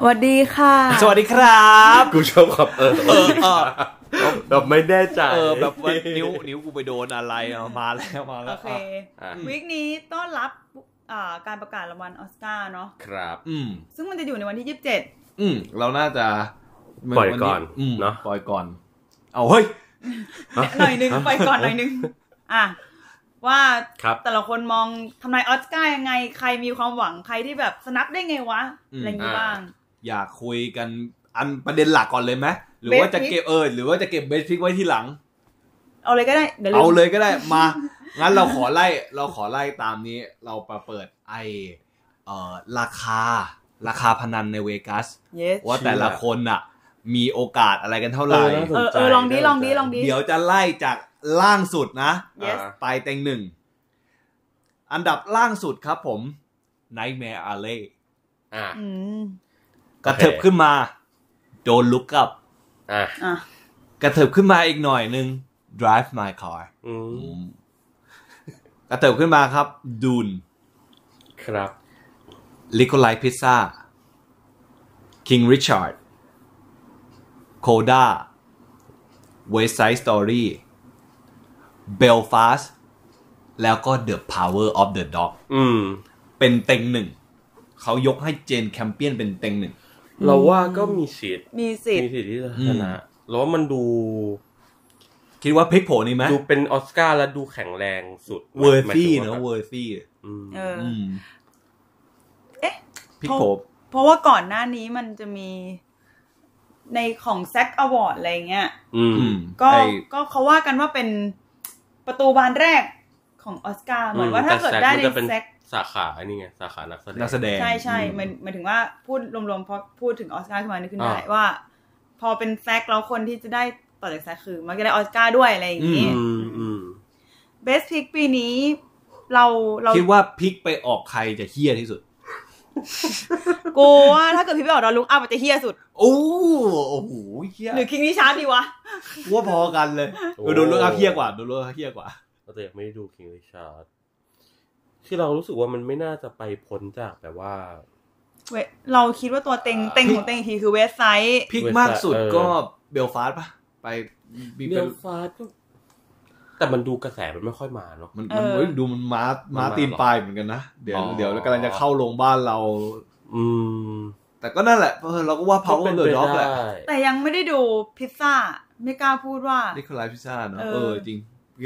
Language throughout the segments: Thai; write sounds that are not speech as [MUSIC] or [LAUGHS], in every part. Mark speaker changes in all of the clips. Speaker 1: สวัสดีค่ะ
Speaker 2: สวัสดีครับ
Speaker 3: [LAUGHS] กูชอบขับเออ
Speaker 2: เออเออ
Speaker 3: [LAUGHS] แบบไม่แน่ใจ
Speaker 2: เออแบบว่านิ้วนิ้วกูไปโดนอะไรเอามาแล้วมาแล้
Speaker 1: โอเค
Speaker 2: วะ
Speaker 3: อ่ะ
Speaker 1: วิกนี้ต้อนรับอ่าการประกาศรางวัลออสการ์เนาะ
Speaker 3: ครับ
Speaker 2: อืม
Speaker 1: ซึ่งมันจะอยู่ในวันที่
Speaker 2: อืมเราน่าจะ
Speaker 3: ปล่อยก่อน
Speaker 2: ม
Speaker 3: เนาะ
Speaker 2: ปล่อยก่อน เอาเฮ้ย
Speaker 1: 27 หน่อยหนึงไปก่อนหน่อยหนึง อ่ะ ว่า
Speaker 3: [LAUGHS] ครับ
Speaker 1: แต่ละคนมองทำนายออสการ์ยังไง ใครมีความหวัง ใครที่แบบสนับได้ไงวะ
Speaker 2: อืม
Speaker 1: อะไรอย่างงี้บ้าง
Speaker 2: อยากคุยกันอันประเด็นหลักก่อนเลยไหมหรือว่า
Speaker 1: Best
Speaker 2: จะเก็บเออหรือว่าจะเก็บเบสฟิกไว้ที่หลัง
Speaker 1: เอาเลยก็ได้ เดี๋ยว
Speaker 2: เอา
Speaker 1: ม
Speaker 2: เลยก็ได้มา งั้นเราขอไล่เราขอไล่ตามนี้ เราไปเปิดไอเอ่อราคา ราคาพนันในเวกัส
Speaker 1: เยส
Speaker 2: ว่าแต่ละคนอ่ะ มีโอกาสอะไรกันเท่า
Speaker 3: เอ
Speaker 2: ไหร่
Speaker 3: อน่าสน
Speaker 1: เออ
Speaker 3: ใจ
Speaker 1: เออลองดิลองดิลอง
Speaker 2: เดี๋ยวจะไล่จากล่างสุดนะ
Speaker 1: yes
Speaker 3: อ่ะ
Speaker 2: ไปเต็งหนึ่ง อันดับล่างสุดครับผม Nightmare Alley
Speaker 3: อ่ะ
Speaker 1: อืม
Speaker 2: กระเถิบขึ้นมา โดนลุกกับ
Speaker 3: อ่ะ
Speaker 1: อ่ะ
Speaker 2: กระเถิบขึ้นมาอีกหน่อยหนึ่ง Drive My Car
Speaker 3: อืม
Speaker 2: อืมกระเถิบขึ้นมาครับ ดูน
Speaker 3: ครับ
Speaker 2: ลิโคไลพิซซ่า คิงริชาร์ด โคด้า เวสไซส์สตอรี่ เบลฟาส แล้วก็ The Power of the Dog
Speaker 3: อืม
Speaker 2: เป็นเต็งหนึ่ง เขายกให้เจนแคมเปี้ยนเป็นเต็งหนึ่ง
Speaker 3: เราว่าก็มีสิทธิ์
Speaker 1: มีสิท
Speaker 3: มี
Speaker 1: ธิ์
Speaker 3: สิทธิ์ที่จะ
Speaker 2: อื
Speaker 3: ช
Speaker 2: ม
Speaker 3: นะเราว่ามันดู
Speaker 2: คิดว่าพลิกโผนี่ไหม
Speaker 3: ดูเป็นออสการ์แล้วดูแข็งแรงสุด
Speaker 2: เวอร์ฟี่
Speaker 3: หมาย
Speaker 2: เน
Speaker 3: ถึง
Speaker 2: อะ
Speaker 3: ว่า
Speaker 2: เวอร์ฟี่
Speaker 3: อืม
Speaker 1: เออ
Speaker 2: อืม
Speaker 1: เอ๊ะ
Speaker 2: พลิกโผ
Speaker 1: เพราะว่าก่อนหน้านี้มันจะมีในของแซกอวอร์ดอะไรเงี้ย
Speaker 3: อืม
Speaker 2: อืม
Speaker 1: ก็
Speaker 2: ไอ้
Speaker 1: ก็เขาว่ากันว่าเป็นประตูบานแรกของออสการ์เหมือนว่าถ้าเกิด
Speaker 3: แต่
Speaker 1: ได้
Speaker 3: แซค
Speaker 1: ใน
Speaker 3: มันจะเป็น
Speaker 1: แซก
Speaker 3: สาขาอันนี้ไง สาขานักแสดง
Speaker 2: นักแสดง
Speaker 1: ใช่ใช่
Speaker 2: อืม
Speaker 1: มันหมายถึงว่าพูดรวมๆเพราะพูดถึงออสการ์ขึ้นมานึกขึ้น
Speaker 3: อ่า
Speaker 1: ได้ว่า พอเป็นแซกแล้วคนที่จะได้ต่อจากแซกคือ มันก็ได้ออสการ์ด้วยอะไรอย่างนี้
Speaker 3: อืมอืม
Speaker 1: เบสพิกปีนี้ เราเรา
Speaker 2: คิดว่าพลิกไปออกใครจะเฮี้ยที่สุด
Speaker 1: กลัวว่าถ้าเกิดพี่ไปออกดอนลุกอัพอาจจะเฮี้ยสุด
Speaker 2: โอ้โอ้โหเฮี้ย
Speaker 1: หรือคิงนี่ช้าดีวะ
Speaker 2: ว่าพอกันเลยดูรถอาเพียกว่าดูรถอาเพียกว่า
Speaker 3: เราแต่ยังไม่ได้ดูคิงริชาร์ดคือเรารู้สึกว่ามันไม่น่าจะไปพ้นจากแบบว่า
Speaker 1: เว้ยเราคิดว่าตัวเต็ง
Speaker 3: อ่า
Speaker 1: เต็งข
Speaker 3: [LAUGHS]
Speaker 1: องเต็งอีกทีคือเวสไซต์
Speaker 2: พิกมากสุดก็เบลฟาสต์ปะไปมี
Speaker 3: เบ
Speaker 2: เป็น
Speaker 3: ลฟาสต์ก็แต่มันดูกระแสมันไม่ค่อยมาเนาะ
Speaker 2: มันมันเฮ้ยดูมันม้าม้าตีนปลายเหมือนกันนะ เดี๋ยว
Speaker 3: อ๋อ
Speaker 2: เดี๋ยวกำลังจะเข้าโรงบ้านเรา
Speaker 3: อืม
Speaker 2: แต่ก็นั่นแหละเออเราก็ว่า power
Speaker 3: น
Speaker 2: the dog แหละ
Speaker 1: แต่ยังไม่ได้ดูพิซซ่าไม่กล้าพูดว่า
Speaker 2: นี่คือไลฟ์พิซซ่าเนอะ
Speaker 1: เออ
Speaker 2: เออจริง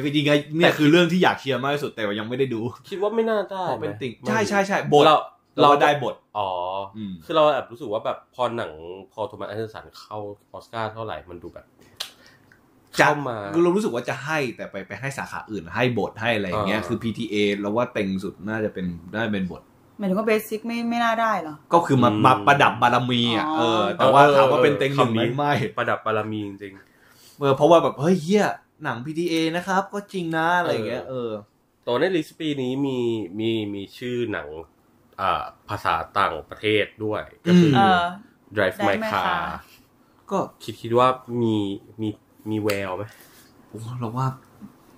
Speaker 2: จริงๆไงเนี่ยคือเรื่องที่อยากเชียร์มากที่สุดแต่ว่ายังไม่ได้ดู
Speaker 3: คิดว่าไม่น่าได้
Speaker 2: เพราะเป็น
Speaker 3: ไหม
Speaker 2: ติ่ง
Speaker 3: ไม่
Speaker 2: ใช่ใช่ใช่บท
Speaker 3: เรา
Speaker 2: เราได้บท
Speaker 3: อ๋ออ
Speaker 2: ม
Speaker 3: คือเราแบบรู้สึกว่าแบบพอหนังพอโทมัสแอนเดอร์สันเข้าออสการ์เท่าไหร่มันดูแบบ
Speaker 2: จะ
Speaker 3: เข้ามา
Speaker 2: เรารู้สึกว่าจะให้แต่ไปไปให้สาขาอื่นให้บทให้อะไรอย่างเงี้ย
Speaker 3: อ่า
Speaker 2: คือ PTA เราว่าเต็งสุดน่าจะเป็นน่าจะเป็นบท
Speaker 1: หมายถึงว่าเบสิกไม่ไม่น่าได้เหรอ
Speaker 2: ก็คือมา
Speaker 3: อืม
Speaker 2: มาประดับบารมีอ่ะ
Speaker 1: อ๋อ
Speaker 2: เออ แต่ว่าถามว่าเป็นเต็งหนึ่งไหม
Speaker 3: คำนี้
Speaker 2: ไม่
Speaker 3: ประดับบารมีจริง
Speaker 2: เออเพราะว่าแบบเฮ้ยเฮียหนัง PTA นะครับ ก็จริงนะอะไรอย่างเงี้ยเออ
Speaker 3: ๆแต่ว่าในลิสต์ปีนี้มีมีมีชื่อหนังอ่าภาษาต่างประเทศด้วย ก็คือ
Speaker 2: ม
Speaker 1: เอ
Speaker 3: อ
Speaker 1: อ
Speaker 3: Drive My
Speaker 1: Drive My
Speaker 3: Car
Speaker 1: Car
Speaker 2: ก็
Speaker 3: คิดคิดว่ามีมีมีแววไหม
Speaker 2: โอ้เราว่า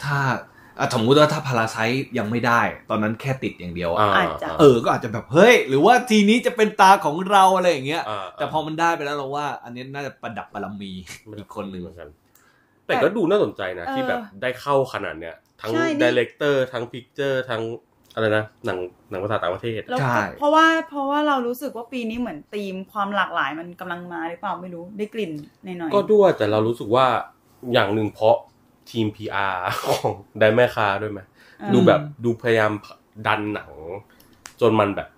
Speaker 2: ถ้าอ่ะสมมติว่าถ้าพาราไซยังไม่ได้ ตอนนั้นแค่ติดอย่างเดียวอ่ะ
Speaker 1: อาจจะ
Speaker 2: เออก็อาจจะแบบเฮ้ย หรือว่าทีนี้จะเป็นตาของเราอะไรอย่างเงี้ย
Speaker 3: อ่า
Speaker 2: แต่พอมันได้ไปแล้วเราว่า อันนี้น่าจะประดับบารมี
Speaker 3: มัน
Speaker 2: อีกคนหนึ่ง
Speaker 3: เหมือนกัน แต่ก็ดูน่าสนใจนะ
Speaker 1: เออ
Speaker 3: ที่แบบได้เข้าขนาดเนี้ย ทั้ง
Speaker 1: ใช่นี่
Speaker 3: ดีเลกเตอร์ ทั้งพิกเจอร์ ทั้งอะไรนะ หนังหนังภาษาต่างประเทศ
Speaker 1: แล้วก็เพราะว่าเพราะว่าเรารู้สึกว่าปีนี้เหมือนธีมความหลากหลายมันกำลังมาหรือเปล่าไม่รู้ได้กลิ่นหน่อยๆ
Speaker 3: ก็ด้วยแต่เรารู้สึกว่าอย่างหนึ่งเพราะทีม PR ของไดแม่คาด้วยไหม
Speaker 1: เออ
Speaker 3: ดูแบบดูพยายามดันหนัง จนมันแบบ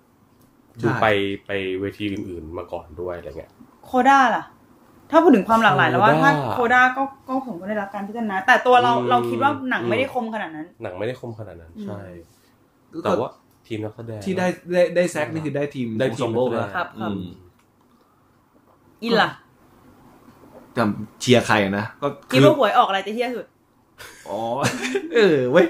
Speaker 3: ดูไปไปเวทีอื่น ๆ มาก่อนด้วยอะไรเงี้ย
Speaker 1: โคด้าล่ะ ถ้าพูดถึงความหลากหลายแล้วว่า
Speaker 3: Coda
Speaker 1: ถ้าโคด้าก็ก็ผมก็ได้รับการพิจารณาแต่ตัวเรา
Speaker 3: อืม
Speaker 1: เราคิดว่าหนัง
Speaker 3: อืม
Speaker 1: ไม่ได้คมขนาดนั้น
Speaker 3: หนังไม่ได้คมขนาดนั้น ใช่
Speaker 2: ก็
Speaker 3: แต่ว่าทีมนักแสดง
Speaker 2: ที่ได้ได้ได้แซกนี่คือได้ทีม
Speaker 3: ได้ทีม
Speaker 2: ของโลกนะครับ
Speaker 1: ครับ
Speaker 2: อืม
Speaker 1: อินล่ะ
Speaker 2: จำเชียร์ใครนะก็
Speaker 1: คิดว่าหวยออกอะไรจะเฮี้ยสุด
Speaker 2: อ๋อ เออเว้ย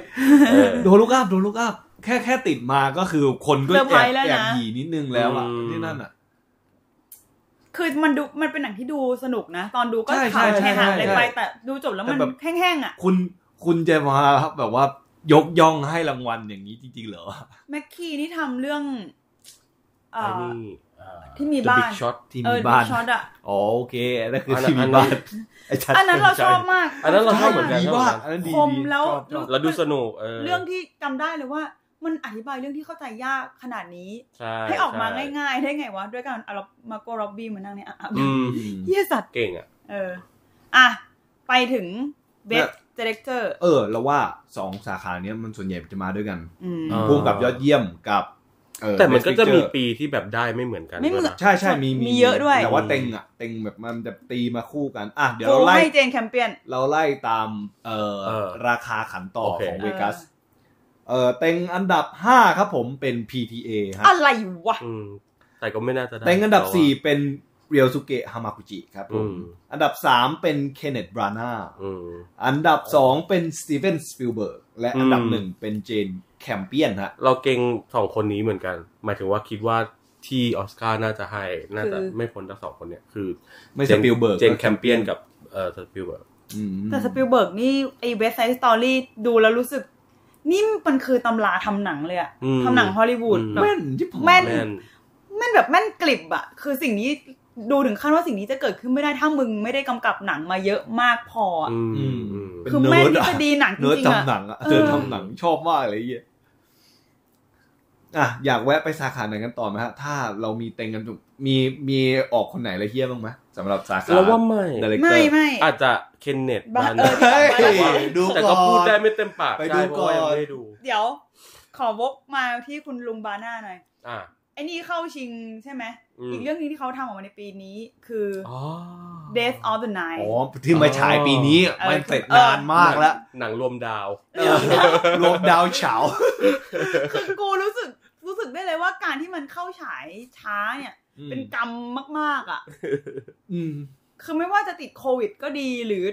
Speaker 3: เออ
Speaker 2: โดนลูกอัพโดนลูกอัพแค่แค่ติดมาก็คือคนก็
Speaker 1: เซอร์ไพรส์
Speaker 2: แอบ
Speaker 1: แล้วนะ
Speaker 2: แอบหยีนิดนึงแล้วอ่ะ
Speaker 3: อืม
Speaker 2: ที่นั่นอ่ะ
Speaker 1: คือมันดูมันเป็นหนังที่ดูสนุกนะ ตอนดูก็
Speaker 2: ใช่
Speaker 1: ขาว
Speaker 2: ใช่
Speaker 1: แช่หาอะไร
Speaker 2: ใช่
Speaker 1: ไปแต่ดูจบแล้วมัน
Speaker 2: แต่แบบ
Speaker 1: แห้งๆอ่ะ
Speaker 2: คุณคุณจะมาแบบว่ายกย่องให้รางวัลอย่างนี้จริงๆเหรอ
Speaker 1: แม็กกี้นี่ทำเรื่อง เอ่อ
Speaker 3: ไอ้นี่เอ่อ
Speaker 1: ที่มี
Speaker 3: The
Speaker 1: บ้าน
Speaker 3: Big Shot
Speaker 2: ที่
Speaker 1: เอ
Speaker 2: มี
Speaker 1: อ
Speaker 2: บ้าน
Speaker 1: ช็อตอ่ะ
Speaker 2: อ๋อโอเคอันนั่นคืออน
Speaker 3: นั้น
Speaker 2: ที่มี
Speaker 3: อันนั้น
Speaker 2: บ้านไอ้ชัด
Speaker 1: อันนั้นเราชอบมาก
Speaker 3: อันนั้นเราชอบเหมือนกัน
Speaker 2: ดีมากอันนั้นดี
Speaker 1: คม
Speaker 2: ดี
Speaker 1: แล้ว
Speaker 2: ชอบชอบ
Speaker 3: แล้วดูสนุกเออ
Speaker 1: เรื่องที่จำได้เลยว่า มันอธิบายเรื่องที่เข้าใจยากขนาดนี้
Speaker 3: ใช่
Speaker 1: ให้ออกมา
Speaker 3: ใช่
Speaker 1: ง่ายๆได้ไงวะ ด้วยการเอามาโกร็อบบี้มานั่งในอ่ะอ่ะ
Speaker 3: อืม
Speaker 1: เฮียสัตว์
Speaker 3: เก่งอ่ะ
Speaker 1: เออ อ่ะ ไปถึงเบ
Speaker 2: เนี่
Speaker 1: ส
Speaker 2: ย
Speaker 1: เดเรคเตอร์
Speaker 2: เออเราว่าสองสาขาเนี้ยมันส่วนใหญ่จะมาด้วยกัน
Speaker 1: อืม
Speaker 3: เออ
Speaker 2: พ่วงกับยอดเยี่ยมกับเออ
Speaker 3: แต่มัน
Speaker 2: Best
Speaker 3: ก็จะมี
Speaker 2: Picture
Speaker 3: ปีที่แบบได้ไม่เหมือนกัน
Speaker 1: ไม่เหมือน
Speaker 3: ด้วยะ
Speaker 2: ใช่ใช่มี
Speaker 1: มีเยอะด้วย
Speaker 2: แต่ว่าเต็งอ่ะเต็งแบบมันจะตีมาคู่กันอ่ะเดี๋ยว
Speaker 1: โก
Speaker 2: เราไล่
Speaker 1: ให้เจนแคมเปียน
Speaker 2: เราไล่ตามเอ่อ
Speaker 3: เออ
Speaker 2: ราคาขันต่อ
Speaker 3: โอเค
Speaker 2: ของเวกัสเออเต็งอันดับ 5 ครับผมเป็น PTA ฮะ
Speaker 1: อะไรวะ
Speaker 3: อืมแต่ก็ไม่น่าจะได้
Speaker 2: เต็งอันดับ
Speaker 3: เราะ
Speaker 2: 4 เป็นเรียวสุเกะฮามากุจิครับผม
Speaker 3: อืม
Speaker 2: อันดับ 3 เป็นเคนเนตบรานา
Speaker 3: อืม
Speaker 2: อันดับ 2 เป็นสตีเวนสปิลเบิร์กและอันดับ
Speaker 3: อืม
Speaker 2: 1 เป็นเจนแคมเปียนฮะ
Speaker 3: เราเก่งสองคนนี้เหมือนกัน หมายถึงว่าคิดว่าที่ออสการ์น่าจะให้ น่าจะ
Speaker 1: คือ
Speaker 3: ไม่พ้นทั้งสองคนเนี่ยคือ
Speaker 2: ไม่ Spielberg
Speaker 3: เจน
Speaker 2: ก็
Speaker 3: แคมเปียนกับเอ่อสปิลเบิร์ก
Speaker 2: อืม
Speaker 1: แต่สปิลเบิร์กนี่ไอเวสไซส์สตอรี่ดูแล้วรู้สึก นี่มันคือตำราทำหนังเลยอะ
Speaker 3: อืม
Speaker 1: ทำหนังฮอลลีวูด
Speaker 3: อืม
Speaker 1: แบบ
Speaker 2: แม่นที่ผม
Speaker 1: แม่น
Speaker 3: แม่น
Speaker 1: แม่นแบบแม่นกลิบอะคือสิ่งนี้ดูถึงขั้นว่าสิ่งนี้จะเกิดขึ้นไม่ได้ถ้ามึงไม่ได้กำกับหนังมาเยอะมากพออะ
Speaker 3: อืม
Speaker 2: อืม
Speaker 3: อืม
Speaker 2: เป็น
Speaker 1: คือแม่น
Speaker 2: เนิร์ด
Speaker 1: ที่
Speaker 2: อะ
Speaker 1: จะดีหนังจ
Speaker 2: เนิร์ด
Speaker 1: ริงๆ
Speaker 2: ทำหนั
Speaker 1: อะ
Speaker 2: งอะ
Speaker 1: เออ
Speaker 2: เจอทำหนังชอบมากอะไรเงี้ยอ่ะอยากแวะไปสาขาไหนกันต่อไหมฮะ ถ้าเรามีเต็งกันทุกมีมีออกคนไหนอะไรเฮี้ยบ้างไหมสำหรับสาขา
Speaker 3: เราว่าไม่
Speaker 2: ดเรคเตอร์
Speaker 1: ไม่ไม่
Speaker 3: อาจจะเคนเนต
Speaker 1: บ้า
Speaker 3: บ้าน น
Speaker 1: เออ
Speaker 2: เฮ้ยดู
Speaker 3: แต่
Speaker 2: ก่
Speaker 3: ก็
Speaker 2: อน
Speaker 3: พูดได้ไม่เต็มปาก
Speaker 2: ไป
Speaker 3: ใช่
Speaker 2: ดู
Speaker 3: เพ
Speaker 2: ก่อน
Speaker 3: ราะว่ายังไม่ได้ดู
Speaker 1: เดี๋ยว ขอวกมาที่คุณลุงบาน่าหน่อย
Speaker 3: อ่ะ
Speaker 1: ไอ้นี่เข้าชิงใช่ไหม
Speaker 3: อืม
Speaker 1: อีกเรื่องนี้ที่เขาทำออกมาในปีนี้คือ
Speaker 3: อ๋อ
Speaker 1: Death of the
Speaker 2: อ๋
Speaker 1: Night
Speaker 2: อที่มาฉายปีนี้มันเสร็จนานมากแล้ว
Speaker 3: หนังรวมดาว
Speaker 2: รวมดาวเฉา
Speaker 1: คือกูรู้สึกรู้สึกได้เลยว่าการที่มันเข้าฉายช้าเนี่ย เป็นกรรมมากๆอ่ะ
Speaker 2: อืม
Speaker 1: คือไม่ว่าจะติดโควิดก็ดีหรือ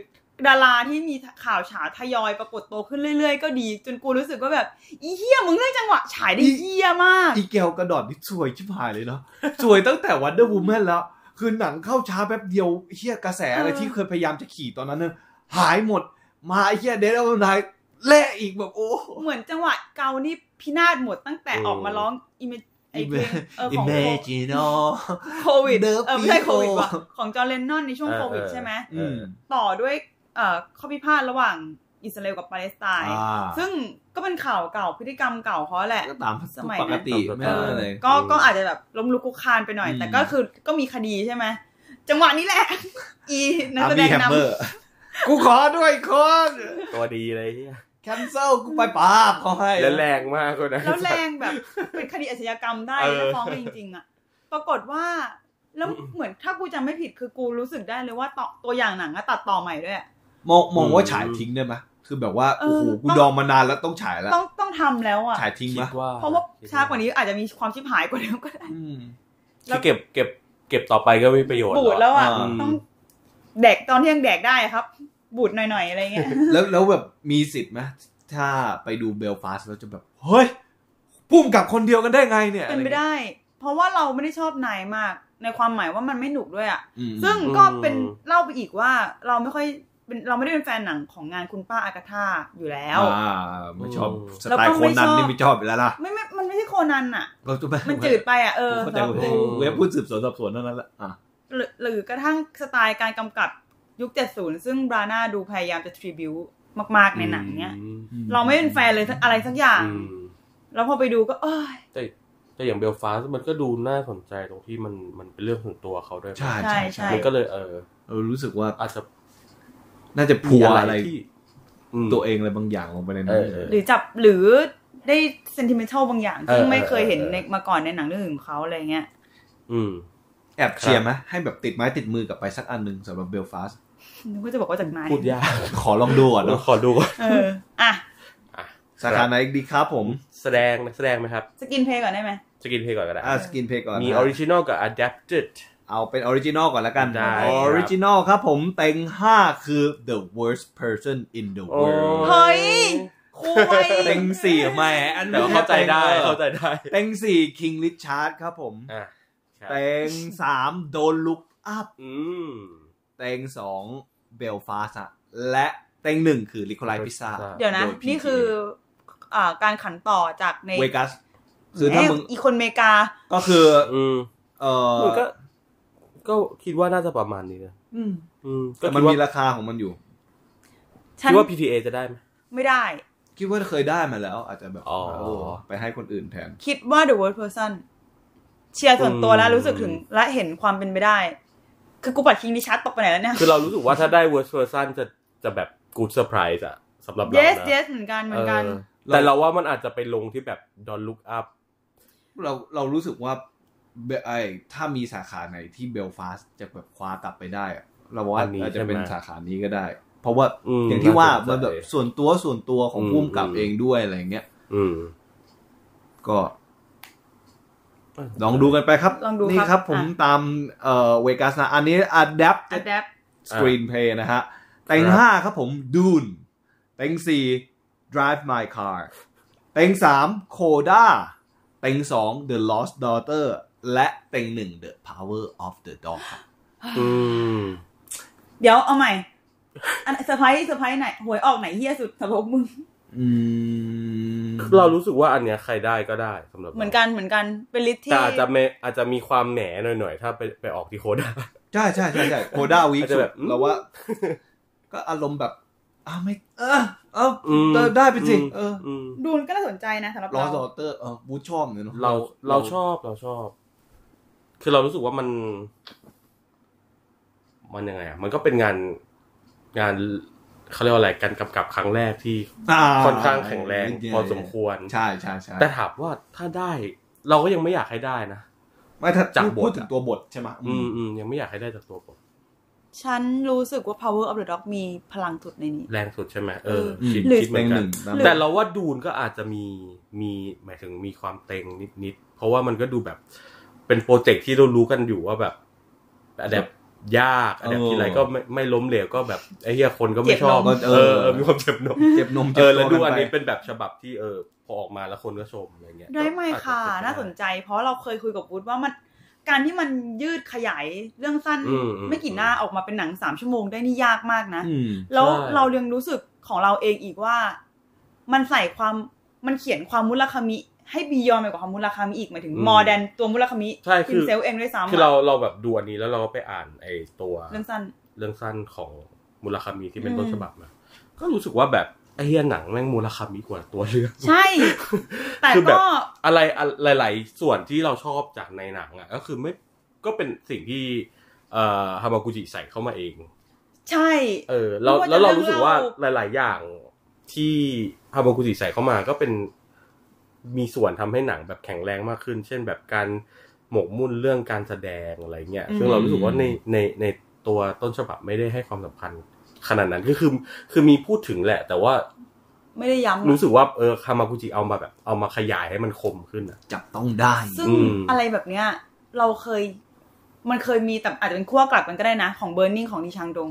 Speaker 1: ดาราที่มีข่าวเฉาทยอยปรากฏตัวขึ้นเรื่อยๆ ก็ดี จนกูรู้สึกว่าแบบอีเหี้ยมึงเรื่องจังหวะฉายได้
Speaker 2: อี
Speaker 1: เหี้ยมาก
Speaker 2: อีเกลกระดอดนี่สวยชิบหายเลยเนาะสวยตั้งแต่วันเดอร์วูแมนแล้ว คือหนังเข้าช้าแป๊บเดียวเฮียกระแสอะไร
Speaker 1: เออ
Speaker 2: ที่เคยพยายามจะขี่ตอนนั้นเนอะหายหมด มาไอ้เฮียเดดเอาไนเละอีกแบบโอ้
Speaker 1: เหมือนจังหวะเกานี่พินาศหมดตั้งแต่
Speaker 3: เออ
Speaker 1: ออกมาร้องอิเมไอเพลงเออของ
Speaker 2: Imagino
Speaker 1: โควิด
Speaker 2: The
Speaker 1: เออไม่ใช่โควิด
Speaker 2: People
Speaker 1: ว่ะของจอร์เลนนอนในช่วงโควิด
Speaker 3: เออ
Speaker 1: ใช่ไหม
Speaker 2: อืม
Speaker 1: ต่อด้วยเอ่อข้อพิพาทระหว่างอิสราเอลกับปาเลสไตน์
Speaker 2: อ่า
Speaker 1: ซึ่งก็เป็นข่าวเก่าพฤติกรรมเก่าเขาแหละ
Speaker 2: ก็ตาม
Speaker 1: สมัย
Speaker 2: ป
Speaker 1: นั้น
Speaker 2: กติไม่
Speaker 1: เอ
Speaker 2: ได้
Speaker 1: อ
Speaker 2: อะไร
Speaker 1: ก็ก็อาจจะแบบล้มลุกคลุกคลานไปหน่อย
Speaker 2: อืม
Speaker 1: แต่ก็คือก็มีคดีใช่ไหมจังหวะนี้แหละ [LAUGHS] อีนักแสด
Speaker 2: มี
Speaker 1: ง
Speaker 2: แฮม
Speaker 1: น
Speaker 2: เมอ
Speaker 1: [LAUGHS]
Speaker 2: ร์กูขอด้วยคน
Speaker 3: ตัวดีเลยเหี้ย
Speaker 2: cancel กูไปป้าบเขาให้
Speaker 3: และแรงมากเลยนะ
Speaker 1: ำแล้วแรงแบบเป็นคดีอาชญากรรมได้
Speaker 3: เออ
Speaker 1: แล้วฟ้องกันจริงๆอ่ะปรากฏว่า แล้วเหมือนถ้ากูจำไม่ผิดคือกูรู้สึกได้เลยว่าต่อตัวอย่างหนังอะตัดต่อใหม่ด้วยอะ
Speaker 2: มองมองว่า
Speaker 3: อืม
Speaker 2: ฉายทิ้งได้ไหมคือแบบว่า
Speaker 1: เออ
Speaker 2: โอ้โหกู
Speaker 1: ต้อง
Speaker 2: ดองมานานแล้วต้องฉายแล้ว
Speaker 1: ต้องต้องทำแล้วอ่ะ
Speaker 2: ฉายทิ้ง
Speaker 3: คิ
Speaker 2: ปะ
Speaker 3: ดว่า
Speaker 1: เพราะว่าช้ากว่านี้อาจจะมีความชิบหายกว่าเดิมก็ได้
Speaker 2: อืม
Speaker 1: แล้
Speaker 3: คือ
Speaker 1: ว
Speaker 3: เก็บเก็บเก็บต่อไปก็ไม่มีประโยชน์
Speaker 1: บูดแล้วอ่ะ
Speaker 2: อ่า
Speaker 1: ต้องแดกตอนเที่ยงแดกได้ครับ บูดหน่อยๆอะไรเงี้ย
Speaker 2: แล้วแล้วแบบมีสิทธิ์ไหมถ้าไปดูเบลฟาสต์แล้วจะแบบ เฮ้ยพุ่มกับคนเดียวกันได้ไงเนี่ย
Speaker 1: เป็นไป
Speaker 2: อะรงี้ย
Speaker 1: ได้ เพราะว่าเราไม่ได้ชอบนายมาก ในความหมายว่ามันไม่หนุกด้วยอะ่ะ
Speaker 2: อืม
Speaker 1: ซึ่งก็เป็นเล่าไปอีกว่าเราไม่ค่อยเป็นเราไม่ได้เป็นแฟนหนังของงานคุณป้าอากาธาอยู่แล้ว
Speaker 2: อ่าไม่ชอบส
Speaker 1: แล้ว
Speaker 2: ไต
Speaker 1: ก็
Speaker 2: ล์โค
Speaker 1: ไม่ชอบ
Speaker 2: นันนี่ไม่ชอบอยู่แล้วล่ะ
Speaker 1: ไม่ไม่มันไม่ใช่โคนันอ่ะ
Speaker 2: ก็จะ
Speaker 1: มันจืดไปอ่ะเออ
Speaker 2: เข้าใจ
Speaker 1: สำหรับ
Speaker 2: ว่า
Speaker 1: กู
Speaker 2: เว็บพูดสืบสวนสอบสวนเท่านั้นแหละอ่ะ
Speaker 1: หรือหรือกระทั่งสไตล์การกำกับยุค 70 ซึ่งบราน่าดูพยายามจะทริบิวมากๆในหนังเนี้ย
Speaker 3: อืม
Speaker 1: เราไม่เป็นแฟนเลยสักอะไรสักอย่าง
Speaker 3: อืม
Speaker 1: แล้วพอไปดูก็เอ้ย
Speaker 3: แต่แต่อย่างเบลฟาสมันก็ดูน่าสนใจตรงที่มันมันเป็นเรื่องของตัวเขาด้วย
Speaker 2: ใช่
Speaker 1: ใช่ใช่
Speaker 2: ใช่ใช่
Speaker 3: มันก็เลยเออ
Speaker 2: เรารู้สึกว่า
Speaker 3: อาจจะ
Speaker 2: น่าจะพัวอะไร
Speaker 3: มีที่อืม
Speaker 2: ตัวเองอะไรบางอย่างลงไปในนั้
Speaker 3: เอน อเออ
Speaker 1: หรือจับหรือได้ sentimental บางอย่างซึ่ง
Speaker 3: เออ
Speaker 1: ไม่เคยเห็น
Speaker 3: เออ
Speaker 1: ในมาก่อนในหนังเรื่องอื่นของเขาอะไรเงี้ย
Speaker 3: อืม
Speaker 2: แอบเชียร์ไหมให้แบบติดไม้ติดมือกลับไปสักอันหนึ่งสำหรับเบลฟาสต์
Speaker 1: นึกว่าจะบอกว่าจากนาย
Speaker 3: พูดยาก
Speaker 2: ขอลองดูก่อนเนาะ
Speaker 3: ขอดูก่อน
Speaker 1: เออ อ่ะ
Speaker 3: อ่ะ
Speaker 2: สาขาไหนดีครับผม
Speaker 3: แสดงนะแสดงไหมครับ
Speaker 1: สกินเพลย์ก่อนได้ไหม
Speaker 3: จะกินเพลงก่อนก็ได้
Speaker 2: อ่ะสกินเพย์ก่อน
Speaker 3: มี
Speaker 2: นะ
Speaker 3: อ
Speaker 2: ฮะ
Speaker 3: อริจินอลกับอะดัปเต็ด
Speaker 2: เอาเป็นออริจินอลก่อนแล้วกัน
Speaker 3: ได้
Speaker 2: อ
Speaker 3: ครับ
Speaker 2: อริจินอลครับผมเต็ง5 คือ the worst person in the world
Speaker 1: เฮ้ย คุย
Speaker 2: เต็ง4แหมอัน
Speaker 3: แต่
Speaker 2: นี้
Speaker 3: ว่าเข้าใจได้เข้าใจได้
Speaker 2: เต็ง4 king richard ครับผม
Speaker 3: อ่ะครับ
Speaker 2: เต็ง3 don't look up
Speaker 3: อืม
Speaker 2: เต็ง2 belfast อะและเต็ง 1 คือ l i c o l i pizza
Speaker 1: เดี๋ยวนะ
Speaker 2: โดย PTA
Speaker 1: นี่คืออ่าการขันต่อจากใน
Speaker 2: เวกัส คือถ้ามึง
Speaker 1: เยอีคนอเมริกา
Speaker 2: ก็คือ
Speaker 3: อืม
Speaker 2: เออ
Speaker 3: มันก็ ก็คิดว่าน่าจะประมาณนี้นะ
Speaker 1: อืม
Speaker 3: อืมก็
Speaker 2: แต่
Speaker 3: คิ
Speaker 2: มัน
Speaker 3: ดว่า
Speaker 2: มีราคาของมันอยู่
Speaker 1: ฉัน
Speaker 3: คิดว่า PTA จะได้ไหม
Speaker 1: ไม่ได้
Speaker 2: คิดว่าเคยได้มาแล้ว อาจจะแบบ
Speaker 3: อ๋อ
Speaker 2: โไปให้คนอื่นแทน
Speaker 1: คิดว่า the worst person เชียร์ส่วนตัวแล้วรู้สึกถึงและเห็นความเป็นไปได้ คือกูปัดคิงดิชัดตกไปไหนแล้วเนี่ย
Speaker 3: คือเรารู้สึกว่าถ้าได้ worst person จะจะแบบ good surprise อะสำหรับเรานะ
Speaker 1: yes yes เหมือนกันเหมือนกัน
Speaker 3: เออแต่เราว่ามันอาจจะไปลงที่แบบ don't look up
Speaker 2: เราเรารู้สึกว่าเบไอถ้ามีสาขาไหนที่เบลฟาสต์จะแบบคว้ากลับไปได้อะเราว่า
Speaker 3: อันนี้
Speaker 2: อาจจะเป็น
Speaker 3: ใช่ไหม
Speaker 2: สาขานี้ก็ได้ เพราะว่า
Speaker 3: อืม
Speaker 2: อย่างที่ว่า
Speaker 3: น่า
Speaker 2: มัน
Speaker 3: สนใจ
Speaker 2: แบบส่วนตัวส่วนตัวของ
Speaker 3: อืม
Speaker 2: พุ่มกับ
Speaker 3: อืม
Speaker 2: เองด้วยอะไรอย่างเงี้ย
Speaker 3: อืม
Speaker 2: ก็ ลองดูกันไปครับ
Speaker 1: ลองดูครับ
Speaker 2: นี่ครับผม
Speaker 1: อ่ะ
Speaker 2: ตามเอ่อเวกัสนะ อันนี้ adapt
Speaker 1: adapt
Speaker 2: screen play นะฮะเต็ง
Speaker 3: ครับ
Speaker 2: ห้าครับผม Dune เต็งสี่ Drive My Car เต็งสาม Coda เต็งสอง The Lost Daughter และเต็งหนึ่ง The Power of the Dog ครับ
Speaker 3: อืม
Speaker 1: เดี๋ยวเอาใหม่ อันเซอร์ไพรส์เซอร์ไพรส์ไหนหวยออกไหนเฮี้ยสุดสำหรับมึง
Speaker 2: อืม
Speaker 3: เรารู้สึกว่าอันเนี้ยใครได้ก็ได้สำหรับรา
Speaker 1: เหมือนกันเหมือนกันเป็นลิสต์ที่
Speaker 3: แต่อาจจะไม่อาจจะมีความแหนหน่อยๆ ถ้าไปไปออกที่โคด้า
Speaker 2: ใช่ใช่ใช่ใช่ Coda
Speaker 3: [LAUGHS]
Speaker 2: วีค
Speaker 3: อาจจะแบบ
Speaker 2: เราว่า ก็อารมณ์แบบอ้าวไม่ เออเอออ
Speaker 3: ม
Speaker 2: เออได้ไปสิเออ
Speaker 3: อืม
Speaker 1: ดูนก็น่าสนใจนะสำหรับ
Speaker 2: Lost
Speaker 1: เรา
Speaker 2: Daughter เออบูชอบเหมือนกันเนอะ
Speaker 3: เราเราชอบเราชอบ คือเรารู้สึกว่ามัน มันยังไงอะมันก็เป็นงานงานเขาเรียกว่าอะไรการกำกับครั้งแรกที่ค่อนข้างแข็งแรงพอสมควร
Speaker 2: ใช่ใช่ใช่
Speaker 3: แต่ถามว่าถ้าได้ เราก็ยังไม่อยากให้ได้นะ
Speaker 2: ไม่ถ้า
Speaker 3: จาก
Speaker 2: พูดพูด
Speaker 3: บทอะ
Speaker 2: ถึงตัวบทใช่ไหม
Speaker 3: อืมอืมยังไม่อยากให้ได้จากตัวผม
Speaker 1: ฉันรู้สึกว่า power of the dog มีพลังสุดในนี้
Speaker 3: แรงสุดใช่ไหมเออ
Speaker 2: อืม
Speaker 3: คิด
Speaker 1: หรือ
Speaker 3: คิดเห
Speaker 2: เต็ห
Speaker 3: มือง นกั
Speaker 2: นึ่
Speaker 3: น
Speaker 2: งนะ
Speaker 3: แต่เราว่าดูนก็อาจจะมีมีหมายถึงมีความเต็งนิดๆ เพราะว่ามันก็ดูแบบ เป็นโปรเจกต์ที่เรารู้กันอยู่ว่าแบบอันดับยากอันดับที่ไรก็ไม่ไม่ล้มเหลวก็แบบไอ้เหี้ยคนก็ไม่ชอบ
Speaker 2: ก็เอ
Speaker 3: เอ
Speaker 2: อ
Speaker 3: อเออมีความเจ็บหนม
Speaker 2: เจ็บนม
Speaker 3: เอ
Speaker 2: เจ็บ
Speaker 3: อ
Speaker 2: ตั
Speaker 3: แล้วดูอันนี้
Speaker 2: กั
Speaker 3: เป็นแบบฉบับที่เออ พอออกมาแล้วคนก็ชมอะไรเงี้ย
Speaker 1: ได้ไหมค่ะ
Speaker 3: ก็อจจเป็ไปได้
Speaker 1: น่าสนใจ เพราะเราเคยคุยกับวุฒว่ามันการที่มันยืดขยายเรื่องสั้น
Speaker 3: อืมอืม
Speaker 1: ไม่กี่หน้าออกมาเป็นหนังสามชั่วโมงได้นี่ยากมากนะ
Speaker 2: อืม
Speaker 1: แล้ว
Speaker 3: ใช่
Speaker 1: เรายังรู้สึกของเราเองอีกว่า มันใส่ความมันเขียนความมุลคามิ ให้บียอนไปกว่าความมุลคามิอีกหมายถึงมอแดนตัวมุลคามิ
Speaker 3: ใช่
Speaker 1: คิ
Speaker 3: คื
Speaker 1: ม
Speaker 3: อ
Speaker 1: เซลเองด้วยซ้ำ
Speaker 3: คือเราเราแบบดูอันนี้แล้วเราก็ไปอ่านไอ้ตัว
Speaker 1: เรื่องสั้น
Speaker 3: เรื่องสั้นของมูลคามิที่เป็น
Speaker 1: อืม
Speaker 3: ต้นฉบับนะก็รู้สึกว่าแบบไอ้เหี้ยหนังแม่งมูลคามิกว่าตัวเรื่อง
Speaker 1: ใช่ แต่
Speaker 3: คือแบบ
Speaker 1: ก็
Speaker 3: อะไรอะไรหลายๆส่วนที่เราชอบจากในหนังอ่ะก็คือไม่ก็เป็นสิ่งที่เอ่อฮามากุจิใส่เข้ามาเอง
Speaker 1: ใช่
Speaker 3: เออแล้ว
Speaker 1: ไม่ว่าจะ
Speaker 3: แล้วเรารู้สึกว่า
Speaker 1: เรื่อง
Speaker 3: หลาย ๆ อย่างที่ฮามากุจิใส่เข้ามาก็เป็นมีส่วนทำให้หนังแบบแข็งแรงมากขึ้น เช่นแบบการหมกมุ่นเรื่องการแสดงอะไรเงี้ย
Speaker 1: อืม
Speaker 3: ซึ่งเรารู้สึกว่าในในในตัวต้นฉบับไม่ได้ให้ความสำคัญขนาดนั้นก็คือคือมีพูดถึงแหละ แต่ว่า
Speaker 1: ไม่ได้ย้ำ
Speaker 3: รู้สึกว่าเออฮามากุจิเอามาแบบ เอามาขยายให้มันคมขึ้นอ่ะ
Speaker 2: จับต้องได้
Speaker 1: ซึ่ง
Speaker 3: อืม
Speaker 1: อะไรแบบเนี้ย เราเคย มันเคยมีแต่อาจจะเป็นขั้วกลับกันก็ได้นะ ของเบ r ร์นิ่งของดิชังดง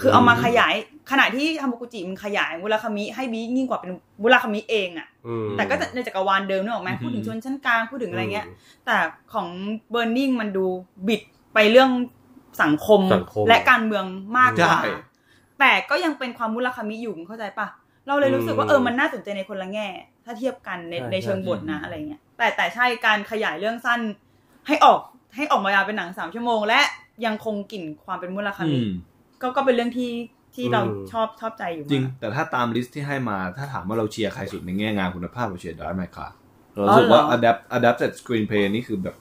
Speaker 1: คือเอามาขยาย ขณะที่ฮามากุจิมันขยายมุราคามิให้บียิ่งกว่าเป็นมุราคามิเองอะ
Speaker 3: อืม
Speaker 1: แต่ก็จะในจักรวาลเดิมนึกออกไหม
Speaker 2: อือหือ
Speaker 1: พูดถึงชนชั้นกลาง พูดถึงอะไรเงี้ย
Speaker 3: ม
Speaker 1: แต่ของเบ r ร์นิ่งมันดูบิดไปเรื่องสังคม
Speaker 3: สังคม
Speaker 1: และการเมืองมากกว่า
Speaker 2: ใช่
Speaker 1: แต่ก็ยังเป็นความมุราคามิอยู่มึงเข้าใจปะเราเลยรู้สึกว่า
Speaker 3: อืม
Speaker 1: เออมันน่าสนใจในคนละแง่ ถ้าเทียบกันใน
Speaker 3: ใช่
Speaker 1: ในเชิง
Speaker 3: ใช่
Speaker 1: บทนะอะไรเงี้ยแต่แต่ใช่การขยายเรื่องสั้น ให้ออกให้ออกมายาวเป็นหนังสามชั่วโมง และยังคงกลิ่นความเป็นมุราคา
Speaker 2: อื
Speaker 1: มิ
Speaker 2: ม
Speaker 1: ก็ก็เป็นเรื่องที่ที่เรา
Speaker 3: อืม
Speaker 1: ชอบชอบใจอยู่มาก
Speaker 2: จริง แต่ถ้าตามลิสต์ที่ให้มาถ้าถามว่าเราเชียร์ใครสุดในแง่งานคุณภาพเราเชียร์ดาร์ไมคาเรารู้สึกว่า
Speaker 1: อ๋อเหรอ
Speaker 2: adapt adapt จาก screenplay นี่คือแบบ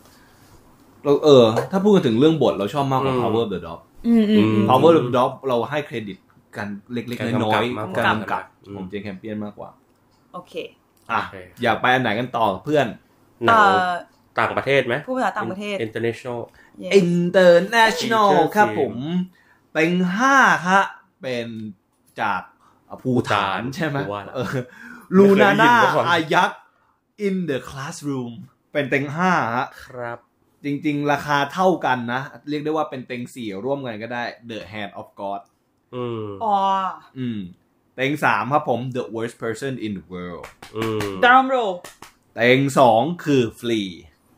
Speaker 2: เราเออ ถ้าพูดกันถึงเรื่องบทเราชอบมากกว่า
Speaker 3: อืม
Speaker 2: Power of the Dog
Speaker 1: อืมอืมอืม
Speaker 2: Power of the Dog เราให้เครดิตกันเล็กๆน้อยๆ
Speaker 1: กา
Speaker 2: การ
Speaker 1: กำ
Speaker 2: รกำ
Speaker 1: กั
Speaker 2: กับ บ
Speaker 3: อืม
Speaker 2: ของเจแคมเปียนมากกว่า
Speaker 1: โอเค
Speaker 2: อ่ะ
Speaker 3: โอเค
Speaker 2: อย่าไปอันไหนกันต่อเพื่อน
Speaker 3: หนัง
Speaker 1: เอ่อ
Speaker 3: ต่างประเทศไหม
Speaker 1: ผู้ภาษาต่างประเทศ
Speaker 3: international
Speaker 1: Yes
Speaker 2: international
Speaker 3: เออ
Speaker 2: ครับ
Speaker 3: จริง
Speaker 2: ผม เป็นห้าฮะเป็นจากภูฐานใช่ไหม
Speaker 3: ว่าแล้ว
Speaker 2: เออลูนาน่า
Speaker 3: ไม่เคยได้ยินมาก่อน
Speaker 2: อายัก in the classroom เป็นเต็งห้าฮะ
Speaker 3: ครับ
Speaker 2: จริง ๆ ราคาเท่ากันนะ เรียกได้ว่าเป็นเต็งสี่ร่วมกันก็ได้ The Hand of God
Speaker 3: อืม
Speaker 1: อ๋อ
Speaker 2: อืม เต็งสามครับผม The worst person in the world
Speaker 3: อืม
Speaker 1: ดรัมโร
Speaker 2: เต็งสองคือ Flea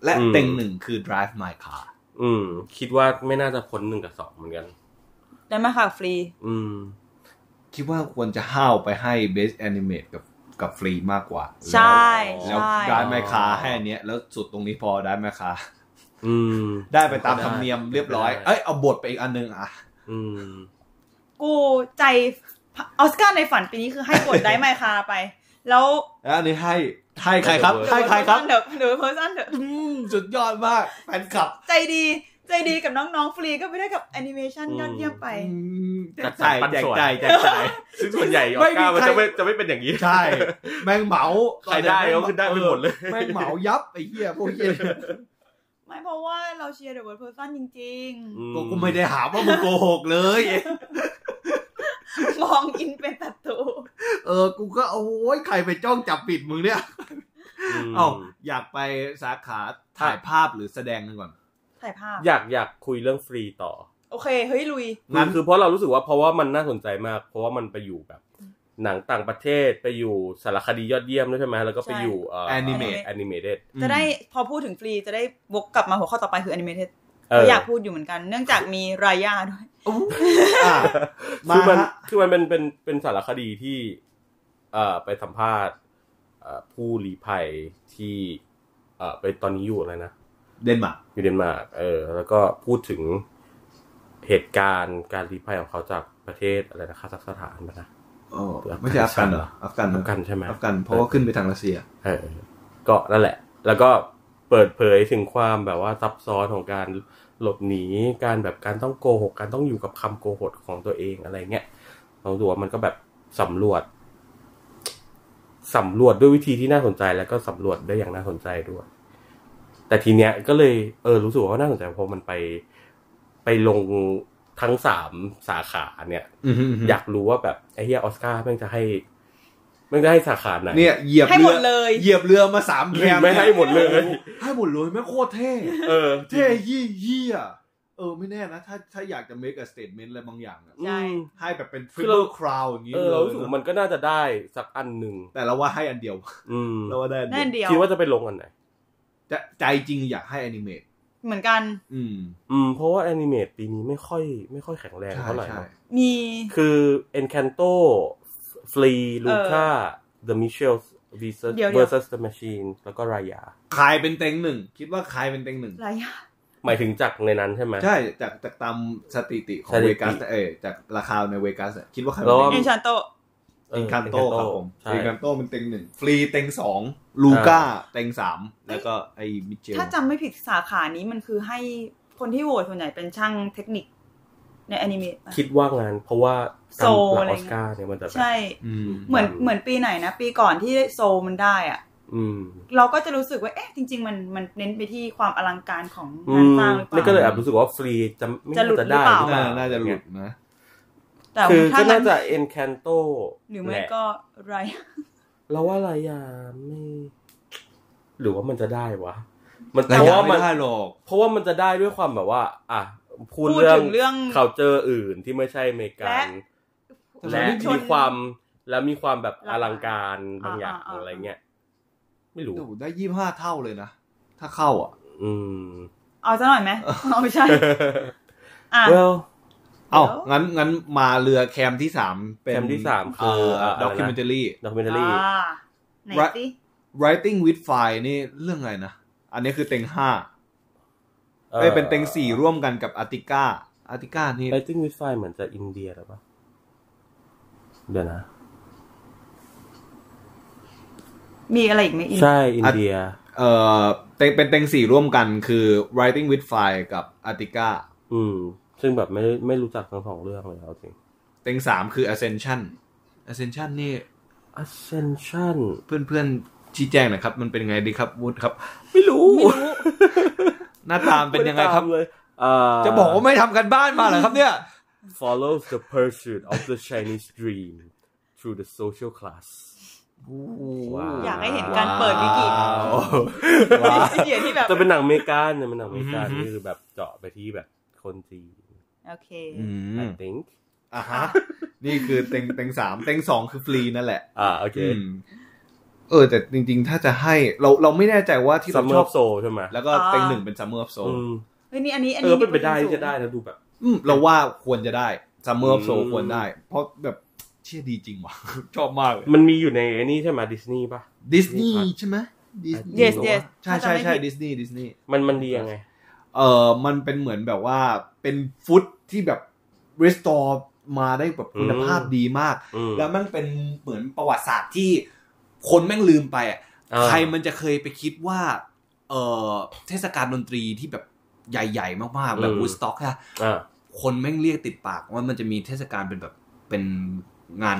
Speaker 2: และ
Speaker 3: อืม
Speaker 2: เต็งหนึ่งคือ Drive My Car
Speaker 3: อืม คิดว่าไม่น่าจะพ้นหนึ่งกับสองเหมือนกัน
Speaker 1: ได้ไหมค่ะฟรี
Speaker 3: อืม
Speaker 2: คิดว่าควรจะห้าวไปให้ Best Animate กับ กับฟรีมากกว่า
Speaker 1: ใช่
Speaker 2: แล้วแล้ว
Speaker 1: ใช่
Speaker 2: ได้แม่ค้าให้อันเนี้ยแล้วสุดตรงนี้พอได้แม่ค้า
Speaker 3: อืม
Speaker 2: ได้ไปตามธรรมเนียมเรียบร้อย
Speaker 3: ได้
Speaker 2: เอ้ยเอาบทไปอีกอันหนึงอ่ะ
Speaker 3: อืม
Speaker 1: กูใจออสการ์ในฝันปีนี้คือให้กดได้ไมค์คาไป แล้ว
Speaker 2: แล้วอันนี้ให้ให้ใครครับให้ใครครับ
Speaker 1: เดี๋ยวเดี๋ยวเพอร์ซันเดี๋ยว
Speaker 2: อืมสุดยอดมากแฟนคลับ
Speaker 1: ใจดีใจดีกับน้องๆฟรีก็ไปได้กับแอนิเมชันยอดเยี่ยมไป
Speaker 2: อืมแจก
Speaker 3: จัดสร
Speaker 2: จ่าร ย
Speaker 3: ปัน
Speaker 2: แจก
Speaker 3: ส่วน
Speaker 2: จ่ายแจกจ่าย
Speaker 3: ซึ่งส่วนใหญ่ออ
Speaker 2: ไม่
Speaker 3: ส
Speaker 2: มี
Speaker 3: การ์มัน
Speaker 2: ใคร
Speaker 3: จะไม่จะไม่เป็นอย่างนี้
Speaker 2: ใช่ แม่งเหมา
Speaker 3: ใครได้ก็คือได้ไปหมดเลย
Speaker 2: แม่งเหมายับไอ้เหี้ยพวกเหี้ย
Speaker 1: ไม่เพราะว่าเราเชียร์เดอะเวิร์ดเพอร์ซันจริง
Speaker 3: อื
Speaker 2: ก็กูไม่ได้หาว่ามึงโกหกเลย
Speaker 1: ๆ มองอินเป็นศัตรู
Speaker 2: เออ กูก็โอ้ยใครไปจ้องจับปิดมึงเนี่ย
Speaker 3: ม
Speaker 2: เอ้าอยากไปสาขาถ่ายภาพหรือแสดงกันก่อน
Speaker 1: ถ่ายภาพ
Speaker 3: อยากอยากคุยเรื่องฟรีต่อ
Speaker 1: โอเค เฮ้ย ลุย
Speaker 2: งั้
Speaker 3: งั้
Speaker 2: น
Speaker 3: นคือเพราะเรารู้สึกว่าเพราะว่ามันน่าสนใจมาก เพราะว่ามันไปอยู่แบบ หนังต่างประเทศไปอยู่สารคดียอดเยี่ยมด้วยใช่ไหมแล้วก็ไป
Speaker 1: ใช่
Speaker 3: อยู่เ
Speaker 2: Animate
Speaker 3: แอนิเมเด
Speaker 1: จะได้พอพูดถึงฟรีจะได้วกกลับมาหัวข้อต่อไปคือแอนิเมเต็ด
Speaker 3: เอ
Speaker 1: เรา
Speaker 3: อ
Speaker 1: อยากพูดอยู่เหมือนกัน เนื่องจากมีรายาด้วย
Speaker 2: อืมอ่ะมา
Speaker 3: [LAUGHS] คือมัน
Speaker 2: ฮะ
Speaker 3: คือมันเป็นเป็นเป็นสารคดีที่ เอ่อไปสัมภาษณ์เอ่อผู้ลี้ภัยที่ เอ่อไปตอนนี้อยู่อะไรนะ
Speaker 2: เดนมาร์ก
Speaker 3: อยู่เดนมาร์กเออ แล้วก็พูดถึงเหตุการณ์การลี้ภัยของเขาจากประเทศอะไรนะคาซัคสถานปะนะ
Speaker 2: โอ้ไม่ใช่อัฟกันเหรออัฟกัน
Speaker 3: อัฟกันใช่ไหม
Speaker 2: อัฟกันเพราะว่าขึ้นไปทางรัสเซีย
Speaker 3: เออก็นั่นแหละ แล้วก็เปิดเผยถึงความแบบว่าซับซ้อนของการหลบหนี การแบบการต้องโกหก การต้องอยู่กับคำโกหกของตัวเองอะไรเงี้ยเราดูว่ามันก็แบบสำรวจสำรวจด้วยวิธีที่น่าสนใจแล้วก็สำรวจได้อย่างน่าสนใจด้วย แต่ทีเนี้ยก็เลยเออรู้สึกว่าน่าสนใจเพราะมันไปไปลงทั้งสามสาขาเนี่ย
Speaker 2: อืมฮึ่ม
Speaker 3: อยากรู้ว่าแบบไอ้เฮียออสการ์แม่งจะให้แม่งจะให้สาขาไหน
Speaker 2: เนี่ยเหยียบ
Speaker 1: ให้หม
Speaker 2: เรื
Speaker 1: ด
Speaker 2: อ
Speaker 1: เลย
Speaker 2: เหยียบเรือมาสาม
Speaker 3: ห
Speaker 2: แค
Speaker 3: รือ
Speaker 2: ม
Speaker 3: ไม่ให้หมดเลย
Speaker 2: ให้หมดเลยไม่งโคตรเท่
Speaker 3: เออจริ
Speaker 2: เท่
Speaker 3: ง
Speaker 2: ยี่ยี่อะเออไม่แน่นะ ถ้าถ้าอยากจะ make a statement อะไรบางอย่างอะ
Speaker 1: ใช่
Speaker 3: อืม
Speaker 2: ให้แบบเป็น
Speaker 3: คือเรา
Speaker 2: triple crown อย่างนี้
Speaker 3: เอ
Speaker 2: เล
Speaker 3: อย เรารู้สึกว่ามันก็น่าจะได้สักอันหนึ่ง
Speaker 2: แต่เราว่าให้อันเดียว
Speaker 3: อืม
Speaker 2: เราว่าได้อัน
Speaker 1: แน่
Speaker 2: เดียวน
Speaker 1: เดียว
Speaker 3: คิดว่าจะไปลงอันไหน
Speaker 2: จะใจจริงอยากให้อนิเมต
Speaker 1: เหมือนกัน
Speaker 2: อืม
Speaker 3: อืมเพราะว่าแอนิเมตปีนี้ไม่ค่อย ไม่ค่อยแข็งแรง
Speaker 2: ใช่
Speaker 3: เท่าไหร่
Speaker 2: ใช่
Speaker 3: เนอะ
Speaker 1: มี
Speaker 3: คือ Encanto f l e e Luca The Michels versus
Speaker 1: เดี๋ยวเดี๋ยว
Speaker 3: versus the Machine แล้วก็ Raya
Speaker 2: ใครเป็นเต็งหนึ่ง คิดว่าใครเป็นเต็งหนึ่ง
Speaker 1: รายา
Speaker 3: หมายถึงจากในนั้นใช่ไหม
Speaker 2: ใช่ จากจากตามสถิติของ
Speaker 3: สถิติ
Speaker 2: เวกัสเออจากราคาในเวกัสคิดว่าใครเป็น
Speaker 3: แล้ว
Speaker 2: เต็
Speaker 1: เอ
Speaker 2: งห
Speaker 1: น
Speaker 2: นึ่ง
Speaker 1: ชานโต
Speaker 3: เอ
Speaker 2: อิ
Speaker 3: อ
Speaker 2: นคันโต
Speaker 3: Encanto
Speaker 2: ครับผม
Speaker 3: ใช่
Speaker 2: อินคันโตเป็นเต็งหนึ่งฟรีเต็งสองลูก้าเต็งสามแล้วก็ไอ้มิเชล
Speaker 1: ถ้าจำไม่ผิดสาขานี้มันคือให้คนที่โหวตส่วนใหญ่เป็นช่างเทคนิคในแอนิเมะ
Speaker 3: คิดว่างานเพราะว่าตามหลัก
Speaker 1: โซอะไร
Speaker 3: อ
Speaker 1: เงี้ย
Speaker 3: อสการ์เนี่ยมันจะแบบ
Speaker 1: ใช่
Speaker 2: อืม
Speaker 1: เหมือน
Speaker 3: อืม
Speaker 1: เหมือนปีไหนนะ ปีก่อนที่โซลมันได้อะ
Speaker 3: อืม
Speaker 1: เราก็จะรู้สึกว่า เอ๊ะ จริง ๆ มันมันเน้นไปที่ความอลังการของ
Speaker 3: อื
Speaker 1: งาน
Speaker 3: ม
Speaker 1: สร้างหรือเป
Speaker 3: นี่ก็
Speaker 1: ล่า
Speaker 3: เลยแอบรู้สึกว่าฟรีจะไม่
Speaker 1: จะหลุด
Speaker 3: น่าจะได้
Speaker 1: หรือเปล่า
Speaker 2: น่าน่าจะหลุดนะ
Speaker 1: แต่
Speaker 3: คือ
Speaker 1: ถ้า
Speaker 3: ก็
Speaker 1: งั้
Speaker 3: น่าน จะ Encanto
Speaker 1: หรือไม่
Speaker 3: แหละ
Speaker 1: ก็ไร
Speaker 3: เราว่าอะไรอ่ะไม่หรือว่ามันจะได้วะ มัน
Speaker 2: แต่
Speaker 3: เพราะ
Speaker 2: ว่า
Speaker 3: ว่า
Speaker 2: ไม่
Speaker 3: มัน
Speaker 2: ได้หรอก
Speaker 3: เพราะว่ามันจะได้ด้วยความแบบว่า อ่ะพูด
Speaker 1: พูด
Speaker 3: เรื่อง
Speaker 1: ถึงเรื่อง
Speaker 3: เขาเจออื่นที่ไม่ใช่อเมริกัน
Speaker 2: และ
Speaker 3: และ
Speaker 2: ชน
Speaker 3: มีความและมีความแบบอ
Speaker 1: ราคา
Speaker 3: ลังการบางอย่าง
Speaker 1: อ่าๆๆ
Speaker 3: อะไรเงี้ยไม่รู้
Speaker 2: ูได้ยี่ห้าเท่าเลยนะ ถ้าเข้าอ่ะ
Speaker 3: อืม
Speaker 1: เอาซะหน่อยไหมเอาไม่ใช่ อ่ะ
Speaker 3: well
Speaker 2: เอ้า
Speaker 1: เดี๋ยว
Speaker 2: งั้นงั้นมาเรือแคมที่สามเป็น
Speaker 3: แคมที่สามคือเอ่ออะไรนะ
Speaker 2: ด็อกิเมน a รี
Speaker 3: documentary
Speaker 1: อ่าไหนสิ
Speaker 2: writing with fire นี่เรื่องอะไรนะ อันนี้คือเต็งห้า
Speaker 3: อ่อ
Speaker 2: เอ้ยเป็นเต็งสี่ร่วมกันกับอาร์ติก้าอาร์ติก้านี่
Speaker 3: Lighting with Fire เหมือนจะอินเดียหรือเปล่าเดี๋ยวนะ
Speaker 1: มีอะไรอีกไหมอีก
Speaker 3: ใช่อินเดีย
Speaker 2: เออเต็งเป็นเต็งสี่ร่วมกันคือ writing with fire กับอาร์ติก้า
Speaker 3: อืม ซึ่งแบบไม่ไม่รู้จักทั้งสองเรื่องเลยเอาจริง
Speaker 2: เต็งสามคือ ascension ascension นี่
Speaker 3: Ascension
Speaker 2: เพื่อนเพื่อนๆชี้แจงหนะครับ มันเป็นไงดีครับวุฒิครับ
Speaker 3: ไม่รู้
Speaker 1: ไม่รู้
Speaker 2: หน้าตามนเป็นยังไงครับ
Speaker 3: ม่ด้ตามเลยเ
Speaker 2: จะบอกว่าไม่ทำกันบ้านมาเหรอครับเนี่ย
Speaker 3: follows the pursuit of the Chinese dream through the social class ว้ว
Speaker 1: อยากให้เห็นการเปิดวิกิ
Speaker 2: ว้าวว้าว
Speaker 1: ไอ้เหี้ยที่แบบ
Speaker 3: แต่เป็นหนังอเมริกันเนี่ยเป็นหนังอเมริกัน
Speaker 2: อือฮึ
Speaker 3: นี่คือแบบเจาะไปที่แบบคนจีน
Speaker 1: โอเค
Speaker 2: อืม
Speaker 3: I think
Speaker 2: อ่ะฮะ นี่คือเต็งเต็งสามเต็งสองคือฟรีนั่นแหละ
Speaker 3: อ่าโอเค
Speaker 2: อืมเออ แต่จริง ๆ ถ้าจะให้เราเราไม่แน่ใจว่าที่
Speaker 3: ซั
Speaker 2: เรา
Speaker 3: มเมอ
Speaker 2: ชอ
Speaker 3: ร์
Speaker 2: บ
Speaker 3: โซใช่ไหม
Speaker 2: แล้วก็
Speaker 1: อ่า
Speaker 2: เต็งหนึ่งเป็นซัมเมอร์ออฟโซ
Speaker 3: อืม
Speaker 1: เฮ้ยนี่อันนี้อัน
Speaker 3: เอ
Speaker 1: นี้
Speaker 3: อเป็นไปได้ที่จะได้นะดูแบบ
Speaker 2: เราว่าควรจะได้ซัมเมอร์ออฟโซ
Speaker 3: อืม
Speaker 2: ควรได้ เพราะแบบ เชี่ยดีจริงว่ะ [LAUGHS] ชอบมากเลย
Speaker 3: มันมีอยู่ในไอ้นี่ใช่ไหมดิสนีย์ป่ะ
Speaker 2: ดิสนีย์ใช่ไหม Disney
Speaker 1: yes
Speaker 2: หรอวะ
Speaker 1: yes
Speaker 2: ใช่ใช่
Speaker 1: ถ้าจำไม่
Speaker 2: ใช่
Speaker 1: ผิด
Speaker 2: ดิสนีย์ดิสนีย์
Speaker 3: มันมันดียังไง
Speaker 2: เออมันเป็นเหมือนแบบว่าเป็นฟุตที่แบบรีสตอร์มาได้แบบคุณภาพ
Speaker 3: อืม
Speaker 2: ดีมาก
Speaker 3: อืม
Speaker 2: แล้วมันเป็นเหมือนประวัติศาสตร์ที่คนแม่งลืมไปอ่ะ
Speaker 3: อ่า
Speaker 2: ใครมันจะเคยไปคิดว่า เออเทศกาลดนตรีที่แบบใหญ่ๆ มากๆ แบบ
Speaker 3: อืม
Speaker 2: วูดสต็อกอะ
Speaker 3: อ่า
Speaker 2: คนแม่งเรียกติดปากว่ามันจะมีเทศกาลเป็นแบบเป็นงาน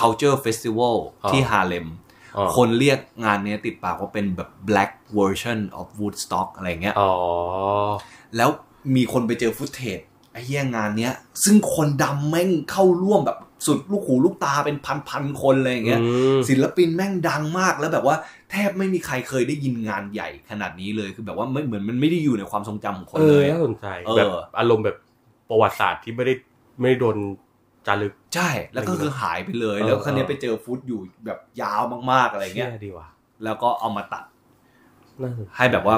Speaker 2: culture festival ที่ฮาเลม
Speaker 3: อ๋อ
Speaker 2: คนเรียกงานเนี้ยติดปากว่าเป็นแบบ black version of Woodstock อะไรเงี้ย
Speaker 3: อ๋อ
Speaker 2: แล้วมีคนไปเจอฟุตเทจไอ้เหี้ยงานเนี้ย ซึ่งคนดำแม่งเข้าร่วมแบบสุดลูกหูลูกตาเป็นพันๆคนเลยอย่างเงี้ย
Speaker 3: อืม
Speaker 2: ศิลปินแม่งดังมากแล้วแบบว่าแทบไม่มีใครเคยได้ยินงานใหญ่ขนาดนี้เลยคือแบบว่าไม่เหมือนมันไม่ได้อยู่ในความทรงจำของคน
Speaker 3: เอ
Speaker 2: เล
Speaker 3: อย
Speaker 2: อะ
Speaker 3: น่าสนใจ
Speaker 2: เออ
Speaker 3: แบบอารมณ์แบบประวัติศาสตร์ที่ไม่ได้ไม่ได้โดนจารึก
Speaker 2: ใช่ แล้วก็คือหายไปเลย
Speaker 3: เออ
Speaker 2: แล้วครั้งนี้ย
Speaker 3: เออ
Speaker 2: ไปเจอฟุตอยู่แบบยาวมากๆอะไรเงี้ย
Speaker 3: ชี่ดีว่ะ
Speaker 2: แล้วก็เอามาตัด
Speaker 3: น่าสนใจ
Speaker 2: ให้แบบว่า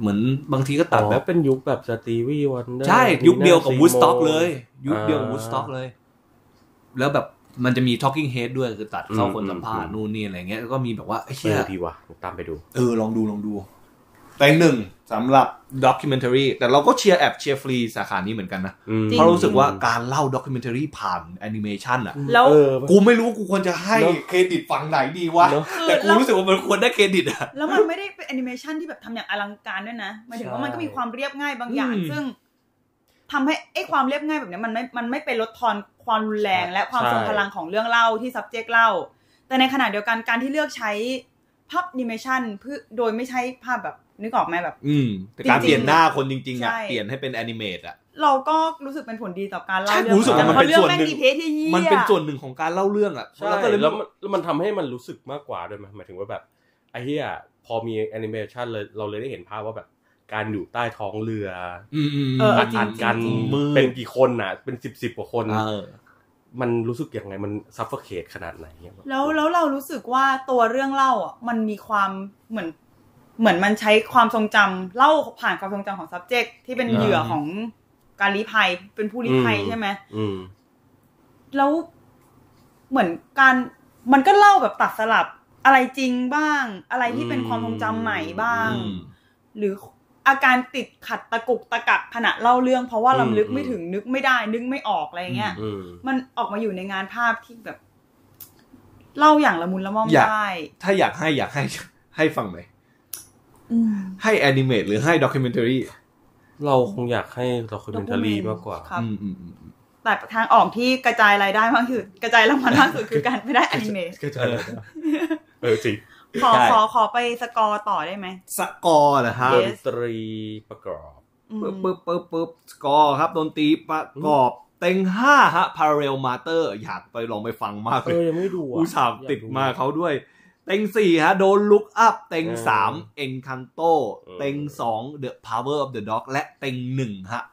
Speaker 2: เหมือนบางทีก็
Speaker 3: ตั
Speaker 2: ตั
Speaker 3: ด
Speaker 2: ด
Speaker 3: แบ
Speaker 2: แบบ บ
Speaker 3: เป็นยุคแบบสตีวีวันเดอร์
Speaker 2: ใช่ ยุคเดียวกับวูดสต็อกเลย
Speaker 3: Seymour
Speaker 2: ยุคเดียวกับ
Speaker 3: อ่า
Speaker 2: วูดสต็อกเลย แล้วแบบมันจะมี talking head ด้วยคือตัดเข้า
Speaker 3: อืม
Speaker 2: คนสัมภาษณ์
Speaker 3: อืม
Speaker 2: นู่นนี่อะไรเงี้ยแล้วก็มีแบบว่าไอ้
Speaker 3: เอ
Speaker 2: เชี่ย
Speaker 3: อดีว่ะตามไปดู
Speaker 2: เออ ลองดูลองดูแต่หนึ่งสำหรับด็อกิเมน a r รีแต่เราก็เชียร์แอบเชียร์ฟรีสาขานี้เหมือนกันนะ
Speaker 3: อืม
Speaker 1: จริง
Speaker 2: เพราะรู้สึกว่าการเล่าด็อกิเมน a r รีผ่านแอนิเมชันอะ
Speaker 1: แล้ว
Speaker 3: เออ
Speaker 2: กูไม่รู้กูควรจะให้
Speaker 3: เนอะ
Speaker 2: เครดิตฝั่งไหนดีวะ
Speaker 3: เนอะ
Speaker 2: แต่กูรู้สึกว่ามันควรได้เครดิตอะ
Speaker 1: แล้วมันไม่ได้เป็นแอนิเมชันที่แบบทำอย่างอลังการด้วยนะหมายถึงว่ามันก็มีความเรียบง่ายบางอย่าง
Speaker 2: อืม
Speaker 1: ซึ่งทำให้ไอ้ความเรียบง่ายแบบเนี้ยมันไม่มันไม่เป็นลดทอนความรุนแรง และความ
Speaker 3: ใช่
Speaker 1: ทรงพลังของเรื่องเล่าที่ subject เล่า แต่ในขณะเดียวกันการที่เลือกใช้ภาพแอนิเมชันเพื่อโดยไม่ใช้ภาพแบบนึกออกไหมแบบ
Speaker 2: อืมแต่การ
Speaker 1: จริงๆ
Speaker 2: เปลี่ยนหน้าคนจริงๆอะ
Speaker 1: ใช่
Speaker 2: เปลี่ยนให้เป็นแอนิเมตอะ
Speaker 1: เราก็รู้สึกเป็นผลดีต่อการเล่า
Speaker 2: ใช่
Speaker 1: เรื่อง
Speaker 2: ผมรู้สึกว่ามันเป็น
Speaker 1: พะรื่อง
Speaker 2: ส่วน
Speaker 1: แม่
Speaker 2: หนึ่ง
Speaker 1: ดีเพสที่เยี่ย
Speaker 2: มันเป็นส่วนหนึ่งของการเล่าเรื่องอะ
Speaker 3: ใช่
Speaker 2: เราก็เลย
Speaker 3: แล้วมันแล้วมันทำให้มันรู้สึกมากกว่าด้วยไหมหมายถึงว่าแบบไอ้เหี้ยพอมีแอนิเมชันเลยเราเลยได้เห็นภาพว่าแบบการอยู่ใต้ท้องเรือ
Speaker 2: อืมอืม
Speaker 1: เออ
Speaker 3: อั
Speaker 1: เอา
Speaker 3: ด
Speaker 1: จริ
Speaker 3: อั
Speaker 1: ง
Speaker 3: ด
Speaker 1: ๆ
Speaker 3: กัน
Speaker 1: จริง
Speaker 2: มื
Speaker 3: เป็น
Speaker 2: ด
Speaker 3: กี่คนน่ะ เป็นสิบสิบกว่าคน
Speaker 2: เออ
Speaker 3: มันรู้สึกยังไงมันซัฟเฟอร์เคทขนาดไหนเนี่ยบบ
Speaker 1: ๆแล้วแล้วเรารู้สึกว่าตัวเรื่องเล่าอ่ะมันมีความเหมือน เหมือนมันใช้ความทรงจำเล่าผ่านความทรงจำของ subject ที่เป็น
Speaker 2: อ่า
Speaker 1: เหยื่อของการลี้ภัยเป็นผู้ลี้ภัย
Speaker 3: อืม
Speaker 1: ใช่ไหม
Speaker 3: อืม
Speaker 1: แล้วเหมือนการมันก็เล่าแบบตัดสลับอะไรจริงบ้าง อะไรที่เป็นความทรงจำใหม่บ้า
Speaker 2: อื
Speaker 1: ง
Speaker 2: ม
Speaker 1: หรืออาการติดขัดตะกุกตะกักขณะเล่าเรื่อง เพราะว่า
Speaker 3: อืม
Speaker 1: ลำลึกไม่
Speaker 3: อืม
Speaker 1: ถึงนึกไม่ได้นึกไม่ออกอะไรเงี้ย
Speaker 3: อืม
Speaker 1: มันออกมาอยู่ในงานภาพที่แบบ เล่าอย่างละมุนละม่อม
Speaker 2: อยาก
Speaker 1: ได้
Speaker 2: ถ้าอยากให้อยากให้ [LAUGHS] ให้ฟังไหน
Speaker 1: อืม
Speaker 2: ให้แอนิเมตหรือให้ด็อกิเมน a r รี
Speaker 3: เราคงอยากให้ด็อก m เมนทารีมากกว่า
Speaker 1: ครับ
Speaker 2: อืมอืมอืม
Speaker 1: แต่ทางออกที่กระจายรายได้มากที่สุดกระจายรางวัลมากที่สุดคือการไปได้อนิเมะ
Speaker 3: ก็จะเออจริง
Speaker 1: ขอ
Speaker 2: ใช่
Speaker 1: ขอขอไปสกอร์ต่อได้ไหม
Speaker 2: สกอร์นะฮะ
Speaker 3: ด
Speaker 1: Yes
Speaker 3: นตรีประกอบ
Speaker 1: อืม
Speaker 2: ปึ๊บปึ๊บปึ๊บปึ๊บสกอร์ครับดนตรีประกอบเต็งห้าฮะพาราเรลมาเตอร์อยากไปลองไปฟังมาก
Speaker 3: เอ
Speaker 2: เลย
Speaker 3: อยังไม่ดูอ่ะ
Speaker 2: อุตส่าห์ติดมา
Speaker 3: อยก
Speaker 2: เขาด้วย เต็งสี่ฮะโดนลุกอัพเต็ง
Speaker 3: เออ
Speaker 2: สามเอ็นคันโต
Speaker 3: เออ
Speaker 2: เต็งสองเดอะพาวเวอร์ออฟเดอะด็อกและเต็งหนึ่งฮะ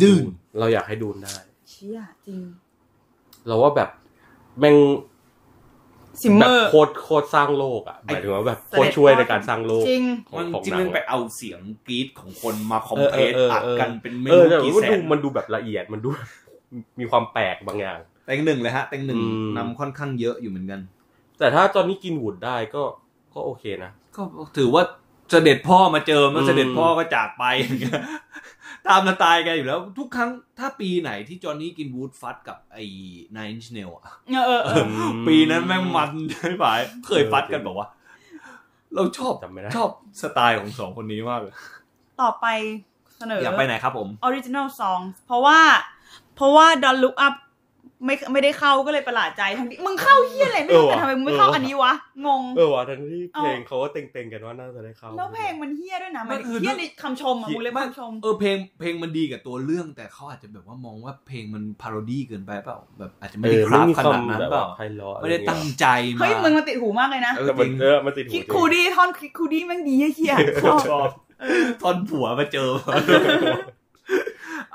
Speaker 2: ดืน
Speaker 3: เราอยากให้ดูได้
Speaker 1: เชี่ยจริง
Speaker 3: เราว่าแบบแม่ง
Speaker 1: ซิมเม
Speaker 3: แบบ
Speaker 1: อร์
Speaker 3: โคตรโคตรสร้างโลกอ่ะหมายถึงว่าแบบ
Speaker 1: ไอ้
Speaker 3: โคตรช่วยในการสร้างโลก
Speaker 1: จริง
Speaker 3: ของ
Speaker 2: มัน
Speaker 3: ของ
Speaker 2: จริ
Speaker 3: หนั
Speaker 2: ง
Speaker 3: ง
Speaker 2: ๆไปเอาเสียงกรีดของคนมาคอม
Speaker 3: เออ
Speaker 2: เพ
Speaker 3: เอ
Speaker 2: ล
Speaker 3: อ
Speaker 2: ส
Speaker 3: เออ
Speaker 2: อัด
Speaker 3: เออ
Speaker 2: กันเป็นไม่
Speaker 3: เออ
Speaker 2: รู้
Speaker 3: แต่
Speaker 2: กี่
Speaker 3: ว่า
Speaker 2: แส
Speaker 3: ดู
Speaker 2: น
Speaker 3: มันดูแบบละเอียดมันดู มีความแปลกบางอย่าง
Speaker 2: เต็งหนึ่งเลยฮะเต็งหนึ่ง
Speaker 3: อืม
Speaker 2: นำค่อนข้างเยอะอยู่เหมือนกัน
Speaker 3: แต่ถ้าตอนนี้กินวูดได้ก็ก็โอเคนะ
Speaker 2: ก็ถือว่าเสด็จพ่อมาเจอแล้ว
Speaker 3: อืม
Speaker 2: เสด็จพ่อก็จากไป [LAUGHS] ตามสไตล์แกอยู่แล้ว ทุกครั้งถ้าปีไหนที่จอห์นนี่กินวูดฟัดกับไอ้นายอินชเนลอะ
Speaker 1: เออเออเออ
Speaker 2: ปีนั้นแม่งมันไม่ไหวเคยฟัดกันบอกว่า เราชอบ
Speaker 3: จำไม่ได้
Speaker 2: ชอบสไตล์ของสองคนนี้มากเลย
Speaker 1: ต่อไปเสนอ
Speaker 2: อยากไปไหนครับผม
Speaker 1: ออริจินอลซองเพราะว่า เพราะว่าดอนลุกอัพไม่ไม่ได้เข้าก็เลยประหลาดใจทั้งที่มึงเข้าเฮี้ยอะไรไม่รู้
Speaker 3: เออ
Speaker 1: แต่
Speaker 3: ว่ะ
Speaker 1: ทำไมมึงไม่เข้า
Speaker 3: เออว่ะ
Speaker 1: อันนี้วะงง
Speaker 3: เออว่ะทั้งที่เพลง
Speaker 1: เอา
Speaker 3: เขาก็เต็งๆกันว่าน่าจะได้เข้า
Speaker 1: แล้วเพลงมันเฮี้ยด้วยนะหมัน
Speaker 2: มันคือ
Speaker 1: เฮี้ยในคำชมอ่ะ
Speaker 2: เหี้ย
Speaker 1: มูลเลยกว่าคำชม
Speaker 2: เออเพลงเพลงมันดีกับตัวเรื่อง แต่เขาอาจจะแบบว่ามองว่าเพลงมันพาโรดี้เกินไปเปล่าแบบอาจจะไม่ได้คราฟขนาดนั้นเปล่า
Speaker 3: ไพเราะ
Speaker 2: ไม่ได้ตั้งใจมา
Speaker 1: เฮ้ยมึงมาติดหูมากเลยนะ
Speaker 2: เออ
Speaker 3: แต่
Speaker 2: จ
Speaker 3: มัน
Speaker 2: ริง
Speaker 3: เออมันติดหู
Speaker 1: คิดคูดี้ท่อนคิดคูดี้แม่งดีเฮี้ยๆชอบ
Speaker 2: ชอบตอนผัวมาเจอ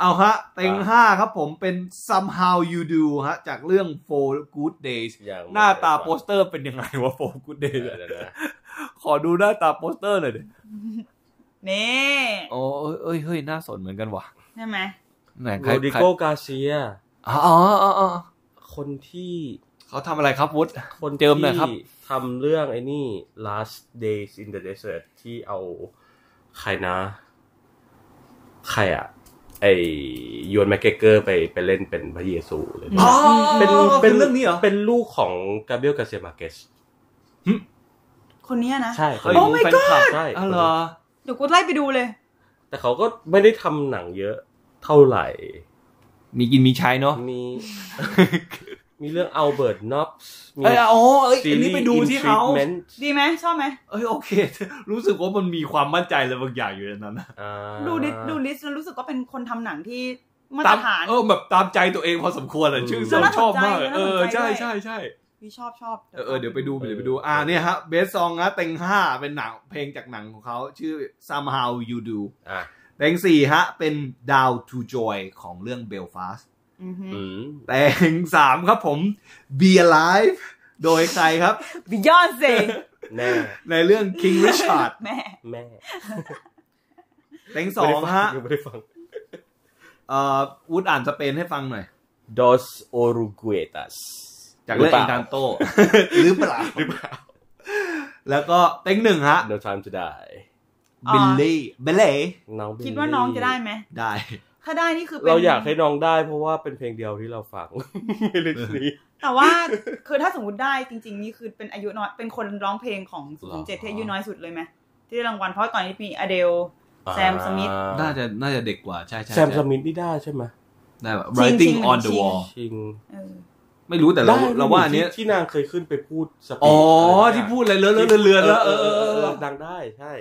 Speaker 2: เอาฮะ เต็งห้าครับผมเป็น somehow you do ฮะ จากเรื่อง four good days
Speaker 3: อย่าง
Speaker 2: หน้าตาโปสเตอร์เป็นยังไงวะ four good
Speaker 3: เอ
Speaker 2: days
Speaker 3: อเดี๋ยวนะ
Speaker 2: ขอดูหน้าตาโปสเตอร์หน่อยดิ
Speaker 1: นี่
Speaker 2: โอ้เอ้ยเอ้ยเฮ้ย น่าสนเหมือนกันว่ะ
Speaker 1: ใช่ไหม
Speaker 2: ไหนใค
Speaker 3: โร
Speaker 2: ร
Speaker 3: ดิ
Speaker 2: ใคร
Speaker 3: โกกาเซีย
Speaker 2: อ๋ออ๋ออ๋อ
Speaker 3: โค คนที่
Speaker 2: เขาทำอะไรครับวุฒ
Speaker 3: คน
Speaker 2: เจิมหน่อยครับ
Speaker 3: ที่ทำเรื่องไอ้นี่ last days in the desert ที่เอาใครนะ ใครอะไอยวนแมกเกอร์ไปไปเล่นเป็นพระเยซูเลย
Speaker 1: อ๋อ
Speaker 2: เป็นเป็นเรื่องนี้เหรอ
Speaker 3: เป็นลูกของกาเบรียลกาเซมาเกส
Speaker 1: คนเนี้ยนะ
Speaker 3: ใช่
Speaker 2: เฮ้ย
Speaker 1: Oh my
Speaker 3: แฟนคลับใช่
Speaker 2: อ๋อเหรอ
Speaker 1: เดี๋ยวกูไล่ไปดูเลย
Speaker 3: แต่เขาก็ไม่ได้ทำหนังเยอะเท่าไหร่
Speaker 2: มีกินมีใช้เนาะ [LAUGHS]
Speaker 3: มี มีเรื่องอัลเบิร์ตน็อปส์มี
Speaker 2: เอ้ยอ๋อเอ้ยอันนี้ไปดู
Speaker 3: อิน
Speaker 2: ที่เขา
Speaker 3: ทรีทเมนต์
Speaker 1: ดีไหมชอบไหม
Speaker 2: เอ้ยโอเค รู้สึกว่ามันมีความมั่นใจอะไรบางอย่างอยู่ในนั้นนะ
Speaker 3: อ่า
Speaker 1: ดูดิดูลิสต์แล้วรู้สึกว่าเป็นคนทำหนังที่มาตรฐาน
Speaker 2: เออแบบตามใจตัวเองพอสมควรอ่ะชื่อ
Speaker 1: น่าสนใจ
Speaker 2: ชอบมากเออ
Speaker 1: น่าสนใจ
Speaker 2: ใช่
Speaker 1: ด้วย
Speaker 2: ใช่ใช่
Speaker 1: พี่ชอบชอบ
Speaker 2: เออเออเดี๋ยวไปดูเดี๋ยวไปดูอ่าเนี่ยฮะเบสซองนะเต็งห้าเป็นหนังเพลงจากหนังของเขาชื่อ somehow you do
Speaker 3: อ่ะ
Speaker 2: เต็งสี่ฮะเป็น down to joy ของเรื่อง belfast
Speaker 1: อือหือ
Speaker 3: อืม
Speaker 2: เต็งสามครับผม be alive โดยใครครับ
Speaker 1: บิยอนเซ่
Speaker 3: แม่
Speaker 2: ในเรื่อง king richard
Speaker 1: แม่
Speaker 3: แม่
Speaker 2: เต็งสองฮะ
Speaker 3: ยังไม่ได้ฟัง
Speaker 2: เอ่อวูดอ่านสเปนให้ฟังหน่อย
Speaker 3: Dos Oruguetas
Speaker 2: จากเรื่อง
Speaker 3: ห
Speaker 2: อิ
Speaker 3: ป
Speaker 2: นการโต หรือเปล่า
Speaker 3: หรือเปล่า
Speaker 2: แล้วก็เต็งหนึ่งฮะ
Speaker 3: No Time to Die
Speaker 1: อ่า
Speaker 2: บิลลี่เบลเล่
Speaker 3: น้องบิลลี่
Speaker 1: คิดว่าน้องจะได้ไหม
Speaker 2: ได้
Speaker 1: ถ้าได้นี่คือป็น
Speaker 3: เราอยากให้น้องได้เพราะว่าเป็นเพลงเดียวที่เราฟัง [LAUGHS] ไม่เลยนี้
Speaker 1: แต่ว่าคือถ้าสมมติได้จริง ๆ นี่คือเป็นอายุน้อยเป็นคนร้องเพลงของสุ
Speaker 3: หร
Speaker 1: ข
Speaker 3: อ
Speaker 1: เจ็ดที่อายุน้อยสุดเลยไหมที่ได้รางวัลเพราะก่อนนี้มีอเดล แซมสมิธ
Speaker 2: น่าจะน่าจะเด็กกว่า ใช่ใช่
Speaker 3: แซมส
Speaker 2: ใช่
Speaker 3: มิธนี่ได้ใช่ไหม
Speaker 2: ได้แบบ
Speaker 1: จริงจ
Speaker 2: writing
Speaker 1: ริง
Speaker 2: on
Speaker 1: จริ
Speaker 2: the
Speaker 1: ง
Speaker 2: wall
Speaker 3: ชิง
Speaker 1: เออ
Speaker 2: ไม่รู้แต่เรา
Speaker 3: ได้
Speaker 2: เราว่าอันเนี้ย
Speaker 3: ที่ที่นางเคยขึ้นไปพูดสปี
Speaker 2: อ๋อ
Speaker 3: ะไร
Speaker 2: ที่พูดอะไรเลอะเลอะเลือนๆแล้วเออเออเออเออ
Speaker 3: ดังได้ใช่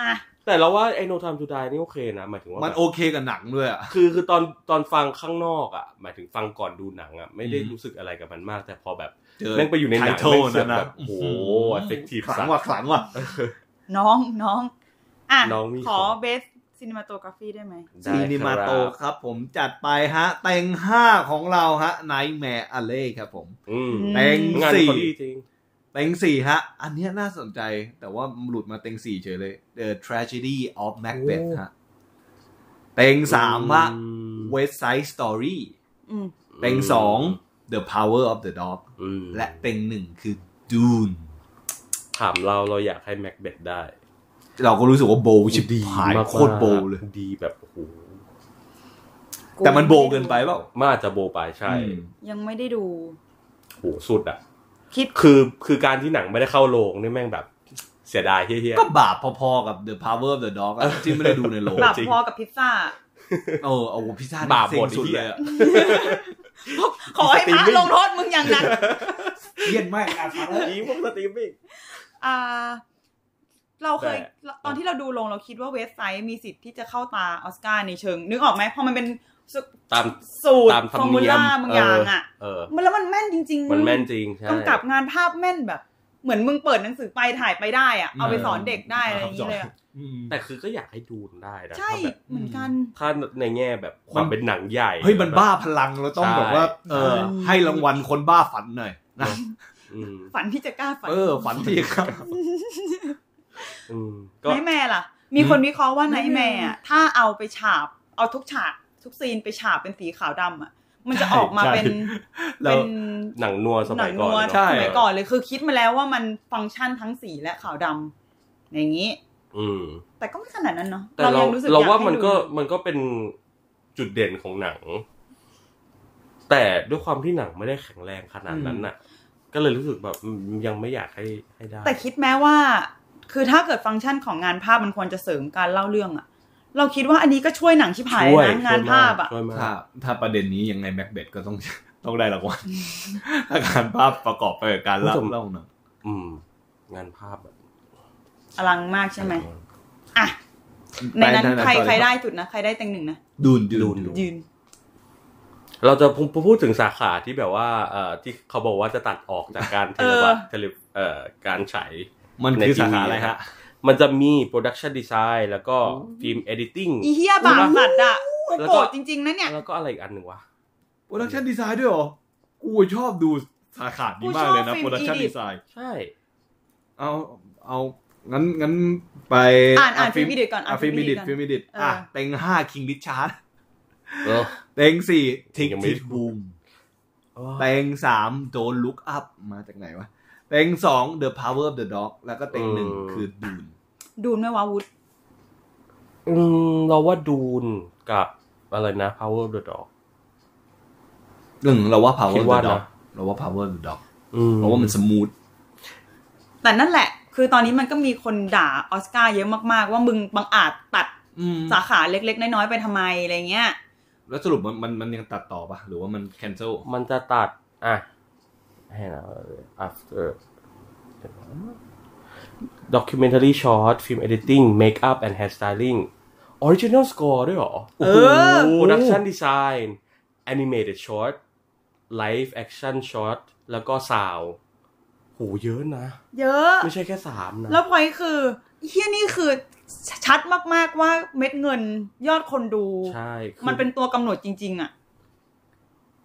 Speaker 1: อ่ะ
Speaker 3: แต่เราว่าไอโนทามจูไดนี่โอเคนะหมายถึงว่า
Speaker 2: มัน
Speaker 3: แบบ
Speaker 2: โอเคกับหนังด้วยอ่ะ
Speaker 3: คือคือตอนตอนฟังข้างนอกอ่ะ หมายถึงฟังก่อนดูหนังอ่ะ ไม่ได้
Speaker 2: อืม
Speaker 3: รู้สึกอะไรกับมันมาก แต่พอแบบ
Speaker 2: เจอ
Speaker 3: แม่งไปอยู่ในหนัง
Speaker 2: ไทโท
Speaker 3: แม่งเสื
Speaker 2: นั้
Speaker 3: อก
Speaker 2: น
Speaker 3: แบ
Speaker 2: นะ
Speaker 3: บโอ้โหเอฟเฟกตีฟ
Speaker 2: ขลั
Speaker 3: สั
Speaker 2: ง
Speaker 3: ส
Speaker 2: ว่ะขลังว่ะ
Speaker 1: น้องน้อง อ่ะ
Speaker 3: น้องมี
Speaker 1: ขอ
Speaker 3: ของ
Speaker 1: เบสซินิมาโตกราฟีได้ไหม
Speaker 2: ซีนิมาโต
Speaker 3: ได้ครับ
Speaker 2: ครับผมจัดไปฮะเต็งห้าของเราฮะไนแมร์อเล่ครับผม
Speaker 3: อืม
Speaker 1: อืม
Speaker 2: เต็ง
Speaker 3: งาน
Speaker 2: สี่
Speaker 3: เขาดีจริง
Speaker 2: เต็งสี่ฮะ อันเนี้ยน่าสนใจแต่ว่าหลุดมาเต็งสี่เฉยเลย The Tragedy of Macbeth
Speaker 3: โอ้
Speaker 2: ฮะเต็งสามฮะ
Speaker 3: อืม
Speaker 2: West Side Story
Speaker 1: อืม
Speaker 2: เต็งสอง The Power of the Dog
Speaker 3: อืม
Speaker 2: และเต็งหนึ่งคือ Dune
Speaker 3: ถามเราเราอยากให้แม็กเบดได้
Speaker 2: เราก็รู้สึกว่าโบว์ชิบหายโคตรโบว์เลย
Speaker 3: ดีแบบโอ้โห
Speaker 2: แต่มันโบว์เกินไปเปล่า
Speaker 3: มันอาจจะโบไปใช่
Speaker 2: อืม
Speaker 1: ยังไม่ได้ดู
Speaker 3: โหสุดอ่ะ
Speaker 1: คิด
Speaker 3: คือคือการที่หนังไม่ได้เข้าโรงนี่แม่งแบบเสียดายเฮี้ย
Speaker 2: ก็บาปพอๆกับ The Power of the Dog อะที่ไม่ได้ดูในโรง
Speaker 1: ปรับ
Speaker 3: จริง
Speaker 1: พอกับพิซซ่า [LAUGHS]
Speaker 2: เออเอาพิซซ่า
Speaker 3: บาปหมด
Speaker 2: เซ็งสุดเลยอะ
Speaker 1: ขอให้พระลงโทษมึงอย่างหนั
Speaker 3: [LAUGHS]
Speaker 1: ก
Speaker 2: เยี่ยนมากอาคา
Speaker 3: ๆอีพวกสตรีมมิ่ง
Speaker 1: อ่า เราเคย
Speaker 3: แต่
Speaker 1: ตอนที่เราดูลงเราคิดว่าเว็บไซต์มีสิทธิ์ที่จะเข้าตาออสการ์ในเชิง นึกออกไหมเพอมันเป็นสู
Speaker 3: ตาม
Speaker 1: สูตร
Speaker 3: ตามธร
Speaker 1: ฟอ
Speaker 3: รม
Speaker 1: ร์มู
Speaker 3: เนีย
Speaker 1: ล่าม บางอย่างอ่ะ
Speaker 3: เออ
Speaker 1: มันแล้วมันแม่นจริงๆ
Speaker 3: มันแม่นจริงใช่
Speaker 1: กำกับงานภาพแม่นแบบ เหมือนมึงเปิดหนังสือไปถ่ายไปได้อ่ะ เอาไปสอนเด็กได้อะไรอย่างเงี้ยเลยอะ
Speaker 3: แต่คือก็อยากให้ดูได้นะ
Speaker 1: ใช่
Speaker 3: ถ้าแบบ
Speaker 1: เหมือนกัน
Speaker 3: ถ้าในแง่แบบความเป็นหนังใหญ่
Speaker 2: เฮ้ยมันบ้าพลังเราต้อง
Speaker 3: ใช่
Speaker 2: แบบว่า เออ
Speaker 1: ใช่
Speaker 2: ให้รางวัลคนบ้าฝันหน่อยนะ
Speaker 3: อืม
Speaker 1: ฝันที่จะกล้าฝัน
Speaker 2: เออ ฝันดีครับ
Speaker 3: อืมก็
Speaker 1: ไนท์แมร์ล่ะ มีคนวิเคราะห์ว่าไนท์แมร์อะถ้าเอาไปฉาบ เอาทุกฉากทุกซีนไปฉาบเป็นสีขาวดำอ่ะ มันจะออกมา
Speaker 2: ใช่
Speaker 1: เป็น
Speaker 2: แล้
Speaker 1: เป็
Speaker 2: วน
Speaker 3: หนังนัวส
Speaker 1: หนั
Speaker 3: มัย
Speaker 1: ง
Speaker 3: ก่อน
Speaker 1: นัว
Speaker 3: เนอะ
Speaker 2: ใช่
Speaker 1: สมัยก่อนเลยคือคิดมาแล้วว่ามันฟังก์ชันทั้งสีและขาวดำอย่างนี้
Speaker 3: อืม
Speaker 1: แต่ก็ไม่ขนาดนั้นเนาะ
Speaker 3: แต่เรา
Speaker 1: ยังรู้สึก
Speaker 3: เรา
Speaker 1: อย
Speaker 3: ว่า
Speaker 1: ให้
Speaker 3: มันก็
Speaker 1: ดู
Speaker 3: มันก็เป็นจุดเด่นของหนัง แต่ด้วยความที่หนังไม่ได้แข็งแรงขนาดนั้นน่ะ ก็เลยรู้สึกแบบอืมยังไม่อยากให้ให้ได้
Speaker 1: แต่คิดแม้ว่า คือถ้าเกิดฟังก์ชันของงานภาพมันควรจะเสริมการเล่าเรื่องอะเราคิดว่าอันนี้ก็ช่วยหนังชิบหาย
Speaker 3: ช่วย
Speaker 1: นะงานภาพอะ
Speaker 3: ช่วยมาก
Speaker 2: ถ้าถ้าประเด็นนี้ยังไงแม็กเบดก็ต้อง [LAUGHS] ต้องได้รางวัลถ้าการภาพประกอบไปกับการเล่าเล่าหนัง
Speaker 3: อืม งานภาพแบบ
Speaker 1: อลังมากใช่ไหมอ่ะในนั้นใครใครได้จุดนะใครได้เต็งหนึ่งนะ
Speaker 2: ดูนดูน
Speaker 1: ยืน
Speaker 3: เราจะพูพูดถึงสาขาที่แบบว่า เอ่อที่เขาบอกว่าจะตัดออกจากการเท
Speaker 1: เอ
Speaker 3: เล
Speaker 1: อ
Speaker 3: บัตเทเลเอ่อการฉาย
Speaker 2: มัน
Speaker 3: ใน
Speaker 2: คือ
Speaker 3: ทีวี
Speaker 2: สาขาอะไร
Speaker 3: นะครั
Speaker 2: ฮะ
Speaker 3: บ มันจะมี production design แล้วก็ฟิล์ม editing
Speaker 1: อีเฮียบาปหมัดอะ
Speaker 3: แล้วก็
Speaker 1: โกรธจริง ๆนะเนี่ย
Speaker 3: แล้วก็อะไรอีกอันหนึ่งวะ
Speaker 2: โปรดักชันดีไซน์ด้วยเหรอ กูชอบดูสาขานี้มากเลยนะ โปรดักชันดีไซน์
Speaker 3: ใช่
Speaker 2: เอา เอา งั้น งั้น ไป
Speaker 1: อ่านอ่านฟิล์มดิก่อน
Speaker 2: อ่า
Speaker 1: อ่าน
Speaker 2: ฟิ
Speaker 1: ฟิล์ม
Speaker 2: ล์มดิ
Speaker 1: ดิ
Speaker 2: ต
Speaker 1: ก่อน
Speaker 2: ฟิล์มดิต
Speaker 1: เอออ่
Speaker 2: อ่ะ เต็งห้าคิงดิชาร์ด
Speaker 3: เออ
Speaker 2: เต็งสี่ทิก
Speaker 3: ยังไม่
Speaker 2: ทิกบูม เต็งสามโดนลุกอัพมาจากไหนวะเต็งสอง The Power of the Dog แล้วก็เต็งหนึ่ง
Speaker 3: เออ
Speaker 2: คือดูน
Speaker 1: ดูนไหม่วาวุธ
Speaker 3: อืมเราว่าดูนกับอะไรนะ Power of the Dog
Speaker 2: หนึ่งเราว่า Power
Speaker 3: คิ
Speaker 2: of
Speaker 3: ดว่า
Speaker 2: the
Speaker 3: นะ
Speaker 2: Dog เราว่า Power of the Dog
Speaker 3: อืม
Speaker 2: เพราะว่ามันสมูท
Speaker 1: แต่นั่นแหละ คือตอนนี้มันก็มีคนด่าออสการ์เยอะมากๆ ว่ามึงบังอาจตัด
Speaker 2: อืม
Speaker 1: สาขาเล็กๆ น้อยๆ ไปทำไมอะไรเงี้ย
Speaker 2: แล้วสรุปมันมันมันยังตัดต่อปะหรือว่ามัน cancel
Speaker 3: มันจะตัด อ่ะ ให้นะ after documentary short film editing makeup and hair styling original score ด้วยเหรอ โอ้โห
Speaker 1: อ
Speaker 3: production design animated short live action short แล้วก็สาวโหเยอะนะ
Speaker 1: เยอะ
Speaker 3: ไม่ใช่แค่สามนะ
Speaker 1: แล้วพอยคือเฮียนี่คือชัดมากๆว่าเม็ดเงินยอดคนดู
Speaker 3: ใช่คือ
Speaker 1: มันเป็นตัวกำหนดจริง ๆ อ่ะ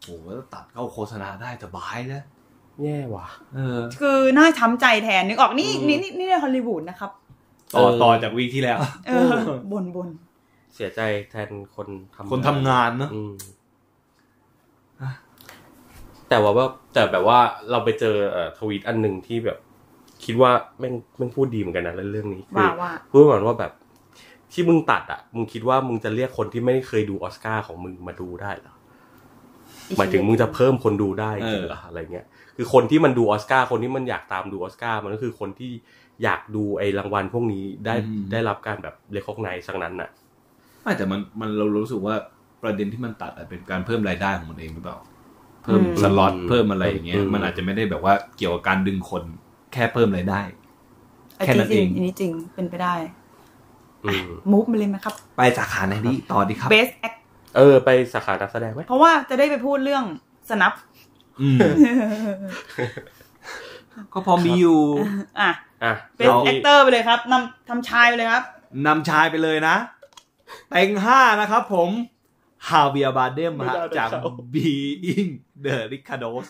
Speaker 2: โอ้โหแล้วตัดเข้าโฆษณาได้สบายนะ
Speaker 3: แย่ว่ะ
Speaker 2: เออ
Speaker 1: คือน่าช้ำใจแทนนึกออกนี่
Speaker 3: อืม
Speaker 1: นี่นี่นี่ในฮอลลีวูดนะครับ
Speaker 2: ต่อ
Speaker 3: เออ
Speaker 2: ต่อจากวีคที่แล้ว
Speaker 1: เออบนบน
Speaker 3: เสียใจแทนคนทำ
Speaker 2: คนทำงานเนอะ
Speaker 3: อืม
Speaker 2: อ่ะ
Speaker 3: แต่ว่าว่าแต่แบบว่าเราไปเจอเอ่อทวีตอันหนึ่งที่แบบ คิดว่าแม่งแม่งพูดดีเหมือนกันนะเรื่องนี้คื
Speaker 1: ว่า
Speaker 3: อ
Speaker 1: ว่า
Speaker 3: พูดเหมือนว่าแบบ ที่มึงตัดอ่ะมึงคิดว่ามึงจะเรียกคนที่ไม่เคยดูออสการ์ของมึงมาดูได้เหรอหมายถึงมึงจะเพิ่มคนดูได้จริงเหรออะไรเงี้ยคือคนที่มันดูออสการ์คนที่มันอยากตามดูออสการ์มันก็คือคนที่อยากดูไอ้รางวัลพวกนี้ได้
Speaker 2: อืม
Speaker 3: ได้รับการแบบเลคอกไนสังนั้นน่ะ
Speaker 2: ไม่แต่มันมันเรารู้สึกว่าประเด็นที่มันตัดอาจเป็นการเพิ่มรายได้ของมันเองหรือเปล่า เพิ่มสล็อต
Speaker 3: อืม
Speaker 2: เพิ่มอะไรอย่างเงี้ย
Speaker 3: อืม
Speaker 2: มันอาจจะไม่ได้แบบว่าเกี่ยวกับการดึงคนแค่เพิ่มรายได้
Speaker 1: อ่ะ
Speaker 2: แค่นั้น
Speaker 1: จริง
Speaker 2: เอง
Speaker 1: ๆอันนี้จริงเป็นไปได้
Speaker 3: อืม
Speaker 1: มูฟมาเลยไหมครับ
Speaker 2: ไปสาขาไหนดีต่อดีครับ
Speaker 1: best act
Speaker 3: เออ ไปสาขานักแสดงไหม
Speaker 1: เพราะว่าจะได้ไปพูดเรื่องสนับ
Speaker 2: อืม ก็พอมีอยู่
Speaker 1: อ่ะ
Speaker 3: อ่ะ
Speaker 1: best
Speaker 3: ที่
Speaker 1: actor ไปเลยครับนำทำชายไปเลยครับ
Speaker 2: นำชายไปเลยนะ เต็งห้านะครับผมฮาเวียบาเดมฮะ
Speaker 3: ไม่ได้
Speaker 2: จาก
Speaker 3: เขา
Speaker 2: Being the Ricardos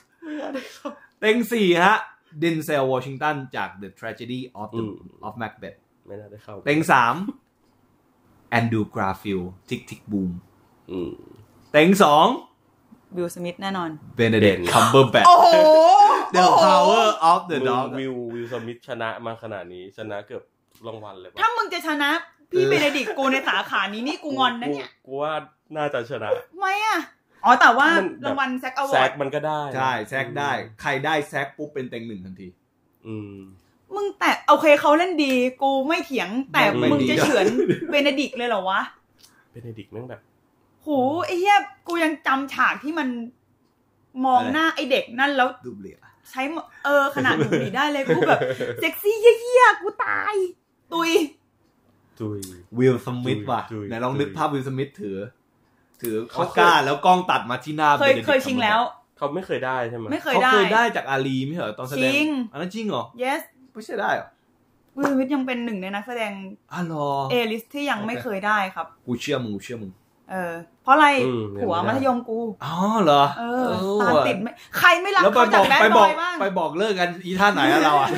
Speaker 2: เต็งสี่ฮะเดนเซลวอชิงตันจาก The Tragedy of the
Speaker 3: อืม
Speaker 2: of Macbeth
Speaker 3: ไม่น่าได้เข้า
Speaker 2: เต็งสามแอนดูกราฟิลทิกทิกบูม
Speaker 3: อืม
Speaker 2: เต็งสอง
Speaker 1: วิลสมิธแน่นอน
Speaker 2: เบนเด c ต
Speaker 3: Ben
Speaker 2: คัมเบอร์แบท
Speaker 1: โอ้โห
Speaker 2: The Power of the
Speaker 3: มึง
Speaker 2: Dog
Speaker 3: วิววิวสมิธชนะมาขนาดนี้ ชนะเกือบรางวัลเลยปะ
Speaker 1: ถ้ามึงจะชนะ พี่เบเนดิกต์กูในสาขานี้นี่กูงอนนะเนี่ย
Speaker 3: กูกูว่าน่าจะชนะ
Speaker 1: ทำไมอ่ะ อ๋อ แต่ว่าน
Speaker 3: แบบ
Speaker 1: รางวัลแซกอว
Speaker 3: แซ
Speaker 1: อร์ด
Speaker 3: กมันก็ได้
Speaker 2: ใช่ แซกได้ ใครได้แซกปุ๊บเป็นเต็งหนึ่งทันที
Speaker 3: อืม
Speaker 1: มึงแต่โอเคเขาเล่นดี กูไม่เถียง แต่
Speaker 3: ไม่
Speaker 1: มึงจะ
Speaker 2: ดี
Speaker 1: เฉือนเบเนดิกต์เลยเหรอวะ
Speaker 3: เป็นเอดิกแม่งแบบ
Speaker 1: โหไอ้เหี้ยกูยังจำฉากที่มันมอง
Speaker 2: อะไร
Speaker 1: หน้าไอ้เด็กนั่นแล้ว
Speaker 2: ดูเบลีย
Speaker 1: ใช้มเออขนาดหนูหนีได้เลยกู
Speaker 3: [LAUGHS]
Speaker 1: แบบ เซ็กซี่เหี้ยๆกูตาย ตุย
Speaker 3: จุย
Speaker 2: วิลสมิธว่ะ
Speaker 3: จุย
Speaker 2: ไหนลองนึก
Speaker 3: จุย
Speaker 2: ภาพวิลสมิธถือ ถืออ
Speaker 3: เขา
Speaker 2: อ
Speaker 3: เค
Speaker 2: ส
Speaker 3: ย
Speaker 2: การ์แล้วกล้องตัดมาที่หน้า
Speaker 1: เคย
Speaker 2: Benedict
Speaker 1: เคยชิงแล้ว
Speaker 3: เขาไม่เคยได้ใช่ไหม [LAUGHS]
Speaker 1: ไม่เคย
Speaker 2: เขา
Speaker 1: ได้
Speaker 2: เคยได้จากอาลีไม่เหรอตอนแสด
Speaker 1: จริง
Speaker 2: อันนั้นจริงเหรอ
Speaker 1: yes
Speaker 2: ไม่ใช่ได้เหรอ
Speaker 1: วิลสมิธยังเป็นหนึ่งในนักแสดง
Speaker 2: อ๋อเหรอ
Speaker 1: เอลิสที่ยังไม่เคยได้ครับ
Speaker 2: กูเชื่อมึงกูเชื่อมึง
Speaker 1: เออ เพราะอะไร
Speaker 3: อืม
Speaker 1: ผัวมัธยมกู
Speaker 2: อ๋อเหรอ
Speaker 1: เออ
Speaker 2: เออ
Speaker 1: ตามติดไหมใครไม่รัก
Speaker 2: แล้วไป
Speaker 1: เขา
Speaker 2: บ
Speaker 1: จาก
Speaker 2: อก
Speaker 1: แบด
Speaker 2: ไป
Speaker 1: บบ
Speaker 2: อ
Speaker 1: อก ยบ้าง
Speaker 2: ไปบอกเลิกกันอีท่าไหนอะเรา
Speaker 1: [LAUGHS]
Speaker 2: อะ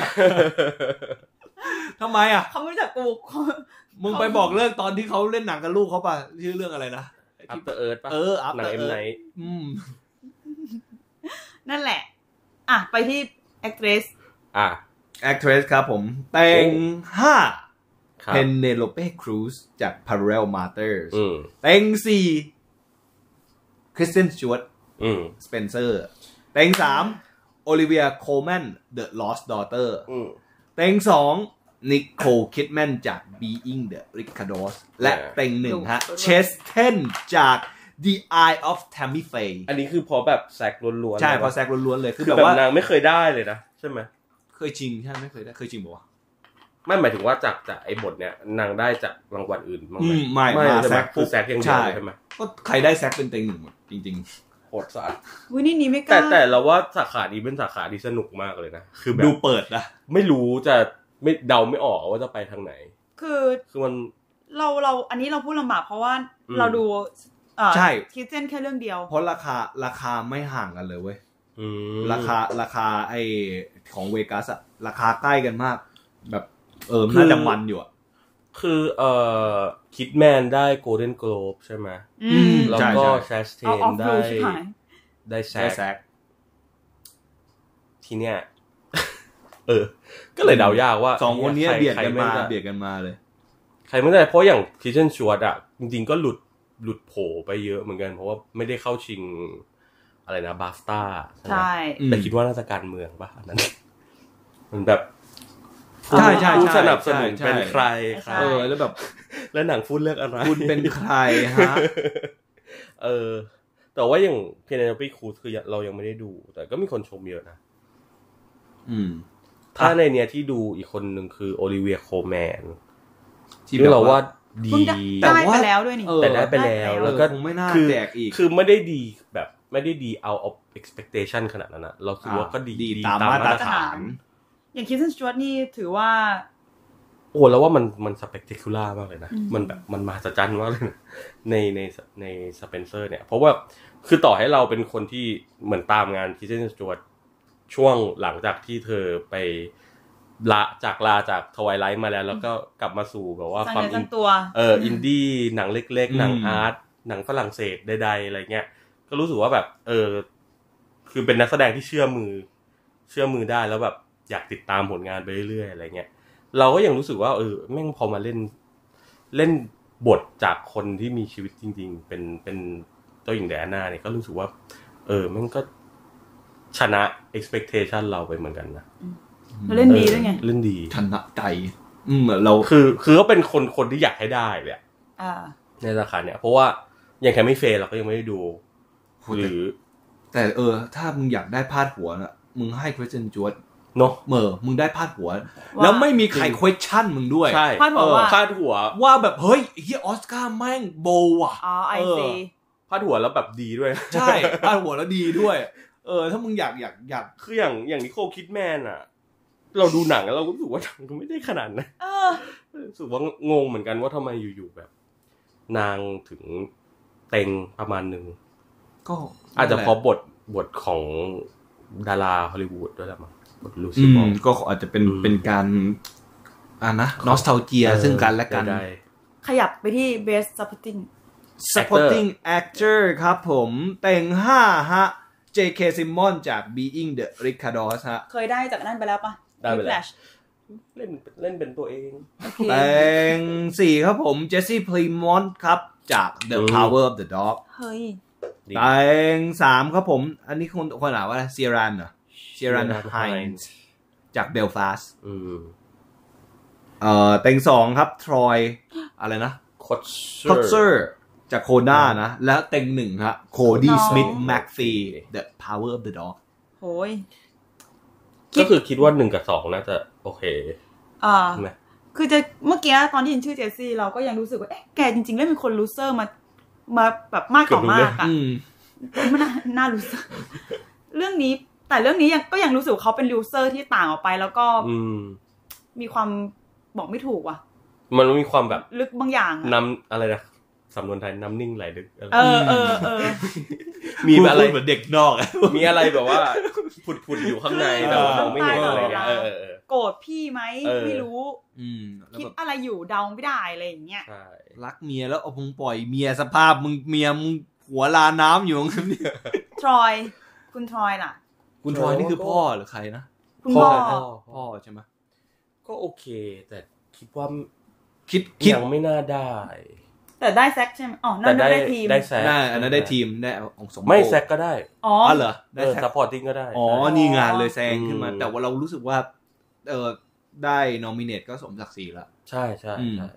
Speaker 2: ทำไมอะ
Speaker 1: เขาไม่รู้จักกู [LAUGHS]
Speaker 2: มึงไปบอกเลิกตอนที่เขาเล่นหนังกับลูกเขาป่ะชื่อเรื่องอะไรนะ
Speaker 3: อัปเตอร์เอิร์ธปะ
Speaker 2: เอออัพ
Speaker 3: หนังเอ็มไหน
Speaker 2: อืม
Speaker 1: นั่นแหละ อ่ะ ไปที่ actress
Speaker 3: อ่ะ
Speaker 2: แอคทรสครับผม แต่งห้า
Speaker 3: ครับ
Speaker 2: เพนเนโลเปครูซจาก Parallel Matters
Speaker 3: อืม
Speaker 2: เต็งสี่คริสเตนสจวต
Speaker 3: อืม
Speaker 2: สเปนเซอร์เต็งสามโอลิเวียโคลแมน The Lost Daughter
Speaker 3: อืม
Speaker 2: เต็งสองนิโคลคิดแมนจาก Being the Ricardos และเต็งหนึ่งฮะ
Speaker 1: ดู
Speaker 2: เชสเทนจาก The Eye of Tammy Faye
Speaker 3: อันนี้คือพอแบบแซกล้วนๆ
Speaker 2: ใช่
Speaker 3: เลย
Speaker 2: เพอแซกล้วนๆเลยคือ
Speaker 3: คือ
Speaker 2: แบบ
Speaker 3: แบบ
Speaker 2: ว่า
Speaker 3: นางไม่เคยได้เลยนะใช่ไหม
Speaker 2: เคยชิงใช่ไหมไม่เคยได้ เคยชิงบอกว่าวะ
Speaker 3: ไม่หมายถึงว่าจากจากไอ้บทเนี่ยนางได้จากรางวัลอื่นบ้าง
Speaker 2: อื
Speaker 3: ไหม
Speaker 2: มไม่
Speaker 3: ไม่
Speaker 2: มาแซ
Speaker 3: ใช่ไหม
Speaker 2: ก
Speaker 3: คือแซกอย่างเดียวเลยใช่ไหม
Speaker 2: ก็ใครได้แซกเป็นเต็งหนึ่งหมดจริง
Speaker 3: โหดสัส
Speaker 1: วินี่นี่ไม่ก
Speaker 3: แต่
Speaker 1: ล้า
Speaker 3: แต่เราว่าสาขานี้เป็นสาขาที่สนุกมากเลยนะ คือแบ
Speaker 2: ๆ
Speaker 3: บ
Speaker 2: ดูเปิดนะ
Speaker 3: ไม่รู้จะไม่เดาไม่ออกว่าจะไปทางไหน
Speaker 1: คือ
Speaker 3: คือมัน
Speaker 1: เราเราอันนี้เราพูดลำบากเพราะว่า
Speaker 3: อืม
Speaker 1: เราดูเอ่อ
Speaker 2: ใช่
Speaker 1: คิดเส้นแค่เรื่องเดียว
Speaker 2: เพราะราคาราคาไม่ห่างกันเลยเว้ย
Speaker 3: อืม
Speaker 2: ราคาราคาไอของเวกัสอะราคาใกล้กันมาก แบบเออมันน่าจะมันอยู่อะ
Speaker 3: คือเอ่อคิดแมนได้โกลเด้นโกลบใช่ไหม
Speaker 1: อืม
Speaker 2: ม
Speaker 3: แล้วก็แชสเท
Speaker 1: เอา
Speaker 3: น
Speaker 1: ออฟ
Speaker 3: ได้
Speaker 1: ดูชิบหาย
Speaker 3: ได้แซ
Speaker 2: ใช่
Speaker 3: ก
Speaker 2: แซก
Speaker 3: ที่เนี่ย [LAUGHS] เออ ก็เลยเดายากว่า
Speaker 2: สองคนเนี้ย
Speaker 3: ใร
Speaker 2: เบียดกัน
Speaker 3: ใคร
Speaker 2: มา
Speaker 3: ไได้
Speaker 2: เบียดกันมาเลย
Speaker 3: ใครไม่ได้เพราะอย่างคิเชนชวดอ่ะ จริงๆก็หลุดหลุดโผล่ไปเยอะเหมือนกัน เพราะว่าไม่ได้เข้าชิง อะไรนะบาสตา
Speaker 1: ใช่
Speaker 2: อืม
Speaker 3: แต่คิดว่าน่าจะการเมืองป่ะอันนั้น มันแบบ
Speaker 2: ใช่ใช่
Speaker 3: ผู้
Speaker 2: ใช่
Speaker 3: สนับสนุน
Speaker 2: ใช่
Speaker 3: เป็นใครครั
Speaker 2: เอบ อ แล้วแบบ
Speaker 3: แล้วหนังฟูดเลือกอะไร
Speaker 2: คุณเป็นใครฮะ
Speaker 3: เออ แต่ว่าอย่างเพนเนปีคูสคือเรายังไม่ได้ดู แต่ก็มีคนชมเยอะนะ
Speaker 2: อืม
Speaker 3: ถ้าในเนี้ยที่ดูอีกคนหนึ่งคือโอลิเวียโคลแมน
Speaker 2: ที่
Speaker 3: ที่
Speaker 2: แบบ
Speaker 3: เราว่าดี
Speaker 1: เพิ่งได้
Speaker 2: แต่
Speaker 1: ได้
Speaker 2: ว่า
Speaker 1: ไปแล้วด้วยนี่
Speaker 2: เออ
Speaker 3: แต่ได้ไปแล้ว
Speaker 1: ได้ไปแล้ว
Speaker 3: แล้วก็
Speaker 2: เออคงไม่น่า
Speaker 3: คือ
Speaker 2: แจกอีก
Speaker 3: คือไม่ได้ดีแบบไม่ได้ดี out of expectation ขนาดนั้นนะเราคิดว่าก็ดี
Speaker 2: ดีตามมาตรฐาน
Speaker 1: อย่างคิสเซนสจวตนี่ถือว่า
Speaker 3: โอ้แล้วว่ามันมัน spectacular มากเลยนะ
Speaker 1: อืม
Speaker 3: มันแบบมันมหัศจรรย์มากเลยนะในในในสเปนเซอร์เนี่ย เพราะว่าคือต่อให้เราเป็นคนที่เหมือนตามงานคิเซนสจวตช่วงหลังจากที่เธอไปละจากลาจากทวายไลท์มาแล้ว แล้วก็กลับมาสู่แบบว่า
Speaker 1: สร้าง
Speaker 3: ความ
Speaker 1: เนื้อส
Speaker 3: อิน
Speaker 1: ร้างตัว
Speaker 3: เอออินดี้หนังเล็ก
Speaker 2: อืม
Speaker 3: ๆ หนังอาร์ตหนังฝรั่งเศสใดๆอะไรเงี้ย ก็รู้สึกว่าแบบ เออ คือเป็นนักแสดงที่เชื่อมือ เชื่อมือได้แล้วแบบ อยากติดตามผลงานไปเรื่อยๆอะไรเงี้ยเราก็ยังรู้สึกว่าเออแม่งพอมาเล่น เล่นบทจากคนที่มีชีวิตจริง ๆ เป็นเป็นเจ้าหญิงแดอาน่าเนี่ยก็รู้สึกว่า เออแม่งก็ชนะ expectation เราไปเหมือนกันนะ
Speaker 1: เล่นดีด้วยไง
Speaker 3: เออเล่นดี
Speaker 2: ชนะใจอืมเรา
Speaker 3: คือคือก็เป็นคนคนที่อยากให้ได้เลยอะ
Speaker 1: อ่า
Speaker 3: ในราคาเนี่ย เพราะว่าอย่างแคมไม่เฟย์เราก็ยังไม่ได้ดู
Speaker 2: โห
Speaker 3: หรือ
Speaker 2: แต่เออ ถ้ามึงอยากได้พาดหัวนะมึงให้ question จวด
Speaker 3: เนาะ
Speaker 2: เมอมึงได้พาดหัว
Speaker 1: ว่า
Speaker 2: แล้วไม่มีใคร question มึงด้วย
Speaker 3: ใช่
Speaker 1: พาดหัว
Speaker 3: เออ
Speaker 1: ว่า
Speaker 3: พาดหัว
Speaker 2: ว่าแบบเฮ้ยไอ้เฮียออสการ์แม่งโบว่ะ
Speaker 1: อ๋อไอซี
Speaker 3: พาดหัวแล้วแบบดีด้วย [LAUGHS]
Speaker 2: ใช่ [LAUGHS] พาดหัวแล้วดีด้วย เออ ถ้ามึงอยากอยากอยาก
Speaker 3: คืออย่างอย่างนิโคลคิดแมนอะเราดูหนังแล้วเราก็รู้สึกว่าหนังมันไม่ได้ขนาดนั้น
Speaker 1: เออ
Speaker 3: รู้สึกว่างงเหมือนกันว่าทำไมอยู่ๆแบบ นางถึงเต็งประมาณหนึ่ง
Speaker 2: ก็
Speaker 3: อาจจะเพอบทบทของดาราฮอลลีวูดด้วยละมั้งบทลู
Speaker 2: อื
Speaker 3: ซิบอ
Speaker 2: ม
Speaker 3: ล
Speaker 2: ก็อาจจะเป็น
Speaker 3: อืม
Speaker 2: เป็นการอ่านะนอสเทลเจียซึ่งกันและกัน
Speaker 3: ได้
Speaker 1: ขยับไปที่เบสซัพพอร์ติ้ง
Speaker 2: supporting actor ครับผมแต่งห้าฮะ J.K. Simmons จาก Being the Ricardos ฮะ
Speaker 1: เคยได้จากนั่นไปแล้วปะ
Speaker 3: ได้ไปแล้ว
Speaker 1: Whiplash
Speaker 3: เล่นเล่นเป็นตัวเอง
Speaker 1: โอเค
Speaker 2: แต่งสี่ครับผม Jesse Plemons ครับ จาก The
Speaker 3: อืม
Speaker 2: Power of the Dog
Speaker 1: เฮ้ย
Speaker 3: ดี
Speaker 2: แต่งสามครับผม อันนี้คนคนอ่านว่าอะไร Ciaran เหรอ Ciaran
Speaker 3: Ciaran
Speaker 2: Hines
Speaker 3: Hines
Speaker 2: จาก Belfast
Speaker 3: อืม
Speaker 2: เอ่อแต่งสองครับ Troy อะไรนะ
Speaker 3: คด
Speaker 2: c o t z e r จากโคด้านะ แล้วเต็งหนึ่งฮะ Cody
Speaker 1: น้อง
Speaker 2: Smith McPhee The Power of the Dog
Speaker 1: โอ้ย
Speaker 3: ก็คือคิดว่าหนึ่งกับสองน่าจะโอเค
Speaker 1: อ่า
Speaker 3: ใช่ไหม
Speaker 1: คือจะเมื่อกี้ตอนที่เห็นชื่อเจสซี่เราก็ยังรู้สึกว่า เอ๊ะ แกจริงๆ แล้วเป็นคนลูเซอร์มา มาแบบมากต่อมากอะ
Speaker 2: อืม
Speaker 1: ไม่น่าน่าลูเซอร์ เรื่องนี้ แต่เรื่องนี้ยังก็ยังรู้สึกว่าเขาเป็นลูเซอร์ที่ต่างออกไป แล้วก็
Speaker 3: อืม
Speaker 1: มีความบอกไม่ถูกว่ะ
Speaker 3: มันมีความแบบ
Speaker 1: ลึกบางอย่างอะ
Speaker 3: นำอะไรนะสำนวนไทยน้ำนิ่งไหลลึกอะไร
Speaker 1: เออเออเออ
Speaker 3: มีอะไร
Speaker 2: พูดเหมือนเด็กนอกอะ
Speaker 3: มีอะไรแบบว่าผุดผุดๆอยู่ข้างในแต่ว่ามองไม่เห็นอะไรเงี้ยเออเออเออ
Speaker 1: โกรธพี่ไหม
Speaker 3: เออ
Speaker 1: ไม่รู้
Speaker 2: อืมแล้ว
Speaker 1: คิด
Speaker 2: แบบ
Speaker 1: อะไรอยู่เดาไม่ได้อะไรอย่างเงี้ย
Speaker 3: ใช่
Speaker 2: รักเมียแล้วเอาพงปล่อยเมียสภาพมึงเมียมึงหัวลาน้ำอยู่ตรงนั้นเนี่ย
Speaker 1: ทรอย คุณทรอยล่ะ
Speaker 2: คุณทอยนี่คือพ่อหรือใครนะ
Speaker 1: คุณพ่อ
Speaker 2: พ่อใช่ไหม
Speaker 3: ก็โอเค แต่คิดว่า
Speaker 2: คิดคิด
Speaker 3: ยังไม่น่าได้
Speaker 1: แต่ได้แซกใช่ไหมอ๋อ นั่
Speaker 3: แต่
Speaker 1: น
Speaker 3: ได้
Speaker 1: ได้ทีม
Speaker 3: ได้แซก
Speaker 2: ได้อันนั้นได้ทีมได้ของสม
Speaker 3: ไม่
Speaker 2: โภช
Speaker 3: แซกก็ได้
Speaker 1: อ๋อ
Speaker 2: อ๋อเหรอ
Speaker 3: เอ
Speaker 2: ได้
Speaker 3: อ
Speaker 2: แซก
Speaker 3: ซัพพอร์ติ้งก็ได้
Speaker 2: อ๋อนี่งานเลยแซงขึ้นมา
Speaker 3: อืม
Speaker 2: แต่ว่าเรารู้สึกว่า เออได้นอมิเนตก็สมศักดิ์ศรีละ
Speaker 3: ใช่ใช่ใช่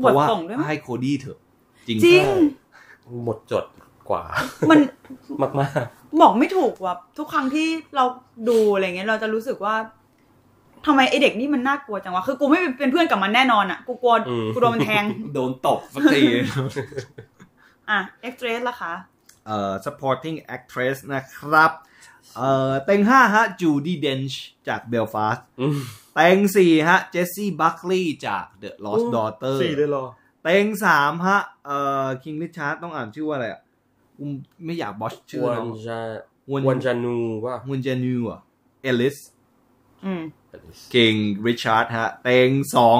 Speaker 2: เพ
Speaker 1: บท
Speaker 2: ราะว่า
Speaker 1: ส่งด้วยมั้ย
Speaker 2: ให้โคดี้เถอะ จริง
Speaker 1: จริง
Speaker 3: หมดจดกว่า
Speaker 1: มัน
Speaker 3: มาก
Speaker 1: บอกไม่ถูกว่ะทุกครั้งที่เราดูอะไรเงี้ยเราจะรู้สึกว่าทำไมไอเด็กนี่มันน่ากลัวจังวะคือกูไม่เป็นเพื่อนกับมันแน่นอนอ่ะ กูกลัวกูโดนมันแทง
Speaker 2: โดนตบสักที
Speaker 1: อ่ะเอ็กเทรสล่ะคะ
Speaker 2: [LAUGHS] เอ่อ supporting actress นะครับ เอ่อเต็ง5ฮะจูดี้เดนช์จากเบลฟาส
Speaker 3: ๆอืม
Speaker 2: เต็ง4ฮะเจสซี่บัคลีย์จาก The Lost Daughter
Speaker 3: สี่เลยเหรอ
Speaker 2: เต็ง3ฮะเอ่อคิงริชาร์ดต้องอ่านชื่อว่าอะไรอ่ะกูไม่อยากบอชชื่อ
Speaker 3: วัน
Speaker 2: น้อง
Speaker 3: จา
Speaker 2: วน
Speaker 3: วันจานูว่า
Speaker 2: วนเจนูอ่ะเอลิส
Speaker 1: อืม
Speaker 2: เก่งริชาร์ดฮะเต็ง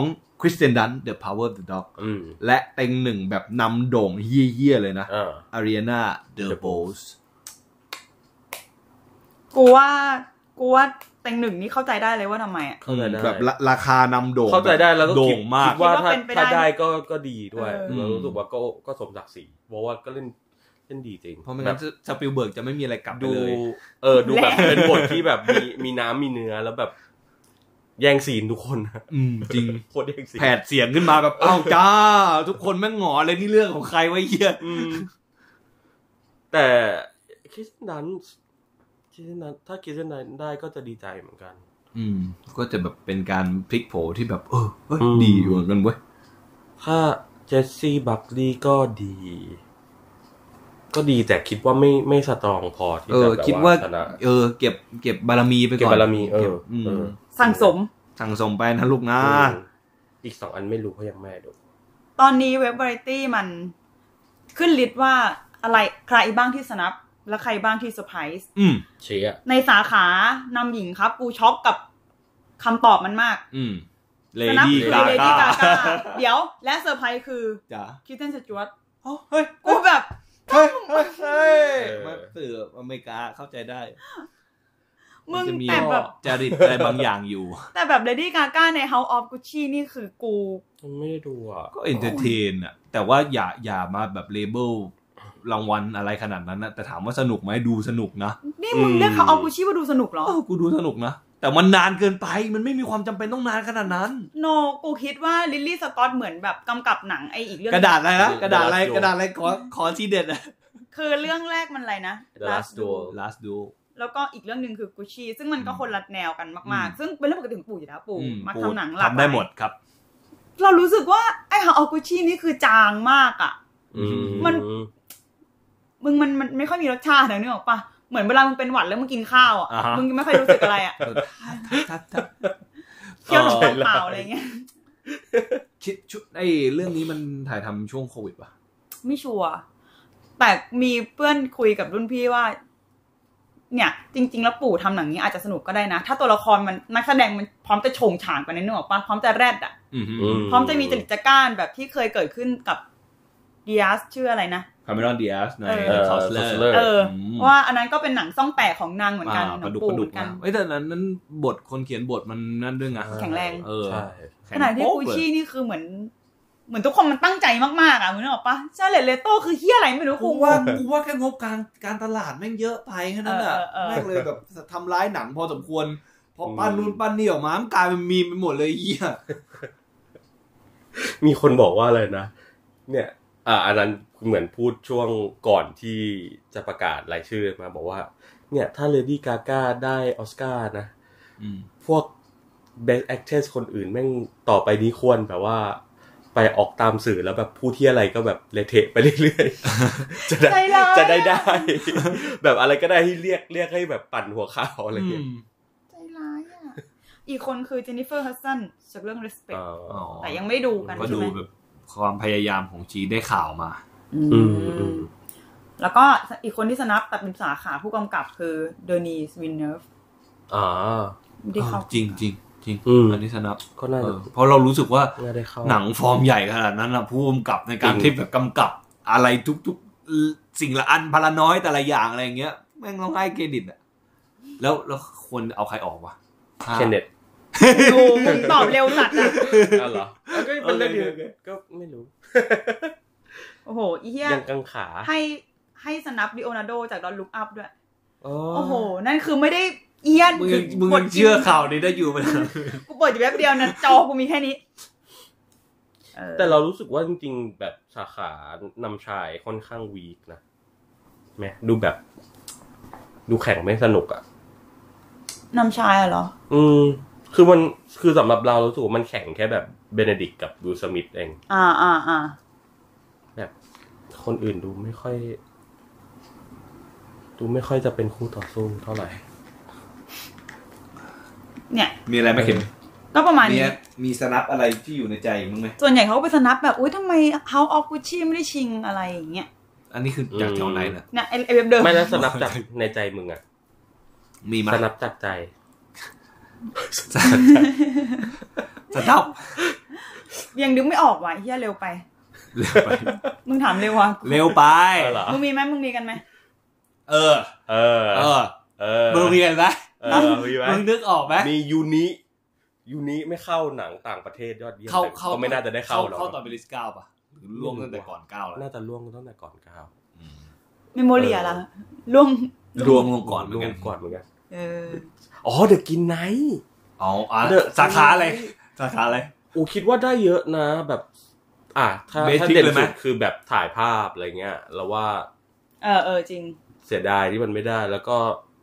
Speaker 2: 2คริสเตนดัน The Power of the Dog
Speaker 3: อืม
Speaker 2: และเต็งหนึ่งแบบนำโด่งเยี่ยๆเลยนะ
Speaker 3: อ่า
Speaker 2: อารีนาเดอะ
Speaker 3: The
Speaker 2: โบส
Speaker 1: กูว่า กูว่าเต็งหนึ่งนี่เข้าใจได้เลยว่าทำไมอ่ะ
Speaker 3: เข้าใจได้
Speaker 2: แบบราราคานำโด่ง
Speaker 3: เข้าใจได้แล้วก็
Speaker 2: โด่
Speaker 3: คิด
Speaker 2: งมาก
Speaker 3: คิดว่าถ้า
Speaker 1: คิดว่าเป็นไปได้
Speaker 3: ถ้าได้ก็ก็ดีด้วย
Speaker 1: เออ
Speaker 3: เรารู้สึกว่าก็ก็สมศักดิ์ศรีเพราะว่าก็เล่นเล่นดีจริง
Speaker 2: เพราะไม่งั้น
Speaker 3: แบบ
Speaker 2: สปิลเบิร์กจะไม่มีอะไรกลับไป
Speaker 3: ดู
Speaker 2: เลย
Speaker 3: เออดูแบบเป็นบทที่แบบมีมีน้ำมีเนื้อแล้วแบบ แย่งซีนทุกคน [LAUGHS] นะ
Speaker 2: อืมจริง
Speaker 3: โคตรแย่งซีน
Speaker 2: แผดเสียงขึ้นมา
Speaker 3: [LAUGHS]
Speaker 2: แบบ เอ้าจ้า ทุกคนแม่งหงอเลยนี่เรื่องของใครไวะเหี้ย
Speaker 3: อืมแต่คิดเช่นนั้นคิดเช่นนั้น ถ้าคิดเช่นนั้นได้ก็จะดีใจเหมือนกัน
Speaker 2: อืม ก็จะแบบเป็นการพลิกโผที่แบบ เออเว้ย
Speaker 3: อืม
Speaker 2: ดีอยู่เหมือนกันเว้ย
Speaker 3: ถ้าเจสซี่บัคลีย์ก็ดี ก็ดีแต่คิดว่าไม่ไม่สตรองพอที่
Speaker 2: เอ
Speaker 3: จะ
Speaker 2: อ
Speaker 3: แบบ
Speaker 2: คิดว่า
Speaker 3: ชนะ
Speaker 2: เออ เก็บ เก็บบารมีไป
Speaker 3: เก็บ
Speaker 2: ก่อน
Speaker 3: บารมีเอ
Speaker 2: ก็
Speaker 3: อบ
Speaker 2: ม
Speaker 3: เออ
Speaker 1: สั่งสม
Speaker 2: สั่งสมไปนะลูกนะ
Speaker 3: อืมอีกสองอันไม่รู้เพราะยังไม่ได้ดู
Speaker 1: ตอนนี้เว็บบริตี้มันขึ้นลิสต์ว่าอะไรใครบ้างที่สนับ และใครบ้างที่เซอร์ไพรส์
Speaker 2: อืม
Speaker 3: เชียร์
Speaker 1: ในสาขานำหญิงครับ กูช็อกกับคำตอบมันมาก
Speaker 2: อืมเล
Speaker 1: สนับ
Speaker 2: ดี้
Speaker 1: คือ
Speaker 2: กา
Speaker 1: Lady
Speaker 2: กา
Speaker 1: Gaga [LAUGHS] เดี๋ยว และเซอร์ไพรส์คือ
Speaker 2: จ้า
Speaker 1: คิทเทนสจวต
Speaker 2: เอ้าเฮ้ย
Speaker 1: กูแบบ
Speaker 2: เฮ้ยเฮ้ยเฮ้ยมาสื่ออเมริกาเข้าใจได้
Speaker 1: มึง
Speaker 2: นจะ
Speaker 1: แต่แบบ
Speaker 2: จริตอะไรบางอย่างอยู่
Speaker 1: แต่แบบ Lady Gaga ใน House of Gucci นี่คือกู
Speaker 3: ยังไม่ได้ดูอ่ะ
Speaker 2: ก็เอนเตอร์เทนอะแต่ว่าอย่าอย่ามาแบบเลเบลรางวัลอะไรขนาดนั้นนะแต่ถามว่าสนุกไหมดูสนุกนะ
Speaker 1: นี่มึงเรียกเขาเอากุชี่มาดูสนุกเหรอ
Speaker 2: เออกูดูสนุกนะ แต่มันนานเกินไปมันไม่มีความจำเป็นต้องนานขนาดนั้น
Speaker 1: โนกูคิดว่าลิลลี่สกอตเหมือนแบบกำกับหนังไออีกเรื่อง
Speaker 2: กระดาษอะไรนะกระดาษอะไรกระดาษอะไรขอขอทีเด็ดอะ
Speaker 1: คือเรื่องแรกมันอะไรนะ
Speaker 2: last duel
Speaker 1: Last Duel แล้วก็อีกเรื่องหนึ่งคือกุชี่ซึ่งมันก็คนละแนวกันมาก
Speaker 2: อืม
Speaker 1: ๆ ซึ่งเป็นเรื่องปกติของปู่อยู่แล้วปู่
Speaker 2: อื
Speaker 1: มา
Speaker 2: ปู
Speaker 1: ทำหนังหลากลาย
Speaker 2: ทำได้หมดครับ
Speaker 1: เรารู้สึกว่าไอฮาเอากุชี่นี่คือจางมากอ่ะ
Speaker 3: อื
Speaker 1: มัน มึงมันมันไม่ค่อยมีรสชาตินะนึกออกปะเหมือนเวลามึงเป็นหวัดแล้วมึงกินข้าวอ่ะ
Speaker 2: อ่าฮะ
Speaker 1: มึงไม่ค่อยรู้สึกอะไรอ่ะเคี้ยวหนมปังเปล่าอะไรเงี้ย
Speaker 2: คิดชุดไอ้เรื่องนี้มันถ่ายทำช่วงโควิดป่ะ
Speaker 1: ไม่ชัวร์แต่มีเพื่อนคุยกับรุ่นพี่ว่า เนี่ย จริง ๆ แล้วปู่ทำหนังนี้อาจจะสนุกก็ได้นะ ถ้าตัวละครมันนักแสดงมันพร้อมจะโฉงฉางกว่านี้นึกออกปะพร้อมจะแรดอ่ะ
Speaker 2: อืม
Speaker 1: พร้อมจะมีจริตจักร้านแบบที่เคยเกิดขึ้นกับดิอาสชื่ออะไรนะ
Speaker 2: คาเมรอนดิอาสใน
Speaker 1: เออ
Speaker 3: เออ
Speaker 2: Hustler
Speaker 3: เลอร์
Speaker 1: เอออ
Speaker 2: ม
Speaker 1: ว่าอันนั้นก็เป็นหนังซ่องแตกของนางเหมือนกัน
Speaker 2: อ่า
Speaker 1: หนั
Speaker 2: ประ
Speaker 1: ง
Speaker 2: ดุก
Speaker 1: ปู
Speaker 2: ประ
Speaker 1: เหมื
Speaker 2: ดุก
Speaker 1: อนกั
Speaker 2: นะ
Speaker 1: น
Speaker 2: เอ้ยแต่นั้นนั้นบทคนเขียนบทมันนั่นด้วยไง
Speaker 1: แข็งแรง
Speaker 2: เออ
Speaker 3: ใช่
Speaker 2: แข็ง
Speaker 1: ขณะที่
Speaker 2: โป๊ะ
Speaker 1: กู
Speaker 2: เลย
Speaker 1: ชี่นี่คือเหมือน เหมือนทุกคนมันตั้งใจมากๆอ่ะเหมือนนึกออกปะชาเลตเลโต้คือเฮี้ยอะไรไม่รู้
Speaker 2: กู
Speaker 1: กู
Speaker 2: ว่า
Speaker 1: ว่า
Speaker 2: กูว่าแค่งบการการตลาดแม่งเยอะไปแค่นั้นอ่ะ
Speaker 1: เออเออเออ
Speaker 2: แม่งเลยแบบทำร้ายหนังพอสมควรพอปั้นนู่นปั้นนี่ออกมามันกลายเป็นมีมไปหมดเลยไอ้เหี้ย
Speaker 3: มีคนบอกว่าอะไรนะ เนี่ย อ่าอันนั้นเหมือนพูดช่วงก่อนที่จะประกาศรายชื่อมาบอกว่า เนี่ย ถ้าเลดี้กาก้าได้ออสการ์นะ
Speaker 2: อืม
Speaker 3: พวก best actress คนอื่นแม่งต่อไปนี้ควรแบบว่า ไปออกตามสื่อแล้วแบบผู้ที่อะไรก็แบบเละเทะไปเรื่อยๆ จะได้
Speaker 1: ใจร้าย
Speaker 3: จะได้ได้ แบบอะไรก็ได้ที่เรียกเรียกให้แบบปั่นหัวข่าวอะไรเงี้ย
Speaker 1: ใจร้ายอ่ะอีกคนคือเจนนิเฟอร์ฮัสซันจากเรื่อง respect
Speaker 3: อ่า
Speaker 2: อ๋อ
Speaker 1: แต่ยังไม่ดูกัน
Speaker 2: ก็
Speaker 1: ใช่
Speaker 2: ดู
Speaker 1: ไหม
Speaker 2: แบบความพยายามของจีนได้ข่าวมา
Speaker 1: อืม
Speaker 3: อืมอืม
Speaker 1: แล้วก็อีกคนที่สนับแต่เป็นสาขาผู้กำกับคือเดนีสวินเนฟ
Speaker 3: อ่า
Speaker 1: ที่เขา
Speaker 2: จริงจริงจริง
Speaker 3: อืม
Speaker 2: นนี้สนับ
Speaker 3: ก็น่า
Speaker 2: เอ
Speaker 3: จะ
Speaker 2: อเพราะเรารู้สึกว่า
Speaker 3: น่าได้เข้า
Speaker 2: หนังฟอร์มใหญ่ขนาดนั้นนะผู้กำกับในการ
Speaker 3: จริง
Speaker 2: ที่แบบกำกับอะไรทุกๆ สิ่งละอันพนละน้อยแต่ละอย่างอะไรอย่างเงี้ยแม่งต้องให้เครดิตอะแล้วแล้วควรเอาใครออกวะ
Speaker 3: เคนเนต
Speaker 1: ดูมึงตอบเร็วสัตว์อ่ะ
Speaker 3: อ่ะเหรอก็เป็นเรื่องเดียวก็ไม่รู้
Speaker 1: โอ้โหอีเหี้ย
Speaker 3: ยังกังขา
Speaker 1: ให้ให้สนับดิโอนาโดจากดอนลุกอัพด้วย
Speaker 3: อ๋อ
Speaker 1: โอ้โห นั่นคือไม่ได้เอียน
Speaker 2: มึง
Speaker 1: คื
Speaker 2: ยั
Speaker 1: อง
Speaker 2: มึง
Speaker 1: ก
Speaker 2: ยั
Speaker 1: ด
Speaker 2: งเชื่อข่าวนี้ได้
Speaker 3: [LAUGHS]
Speaker 2: อยู่ไหมล่ะ
Speaker 1: กูเปิดอยู่แป๊บเดียวนะจอกูมีแค่นี้เออ
Speaker 3: แต่เรารู้สึกว่าจริงๆ แบบสาขานำชายค่อนข้างวีกนะแม่ดูแบบ ดูแข่งไม่สนุกอ่ะ
Speaker 1: นำชายอะเหรอ
Speaker 3: อืม คือมันคือสำหรับเรารู้สึกว่ามันแข่งแค่แบบเบเนดิกกับดูสมิธเอง
Speaker 1: อ่าอ่าอ่า
Speaker 3: คนอื่นดูไม่ค่อย ดูไม่ค่อยจะเป็นคู่ต่อสู้เท่าไหร่
Speaker 1: เนี่ย
Speaker 2: มีอะไรไหมเข็ม
Speaker 1: ก็ประมาณ
Speaker 2: มี
Speaker 1: นี้
Speaker 2: มีสนับอะไรที่อยู่ในใจมึงไหม
Speaker 1: ส่วนใหญ่เขาก็ไปสนับแบบ อุ้ยทำไม House of Gucci ไม่ได้ชิงอะไรอย่างเงี้ย
Speaker 2: อันนี้คือจากแถวไหนนะ
Speaker 1: เนี่ยไอ้ไอ้เว็บเดิม
Speaker 3: ไม่แล้วสนับ [LAUGHS] จากในใจมึงอ่ะ
Speaker 2: มีมา
Speaker 3: สนับจากใจ
Speaker 2: ส
Speaker 3: [LAUGHS]
Speaker 2: นับ
Speaker 1: ยังดึงไม่ออกว่ะไอ้เฮียเร็วไป
Speaker 2: เร็วไป
Speaker 1: มึงถามเร็ว
Speaker 3: [LAUGHS]
Speaker 1: ว่ะ
Speaker 2: เร็วไป
Speaker 3: เออเหรอ
Speaker 1: มึงมีไหมมึงมีกันไหม
Speaker 2: เออ
Speaker 3: เออ
Speaker 2: เออ
Speaker 3: เออ
Speaker 2: มึงเรียนไหม
Speaker 3: เออมีไหม
Speaker 4: มึงนึกออกไหม
Speaker 3: มียูนิยูนิไม่เข้าหนังต่างประเทศยอดเยี่ยม
Speaker 4: เขา
Speaker 3: แต่
Speaker 4: เขา
Speaker 3: ก็ไม่น่าจะได้เข้าหรอก
Speaker 4: เข้าตอนเบลิสเก้าป่ะหรือล่วงตั้งแต่ก่อนเก้าแล้ว
Speaker 3: น่าจะล่วงตั้งแต่ก่อนเก้า
Speaker 1: เมมโมเรีย
Speaker 3: เออ
Speaker 1: ละล่วง
Speaker 2: รวมลงก่อนเหมือน
Speaker 3: ล่ว
Speaker 2: กั
Speaker 3: ง
Speaker 2: น
Speaker 3: ก่อนเหมือนกัน
Speaker 1: เออ
Speaker 3: อ๋อเดอะกินไน
Speaker 4: เอาอ่ะ
Speaker 3: เดอะ
Speaker 4: สาขาอะไร สาขาอะไร
Speaker 3: อูคิดว่าได้เยอะนะแบบ อ่ะถ้า
Speaker 2: Basic
Speaker 3: ถ้าเด่น
Speaker 2: เลยไหม
Speaker 3: สุดคือแบบถ่ายภาพอะไรเงี้ยเราว่า
Speaker 1: เออเออจริง
Speaker 3: เสียดายที่มันไม่ได้ แล้วก็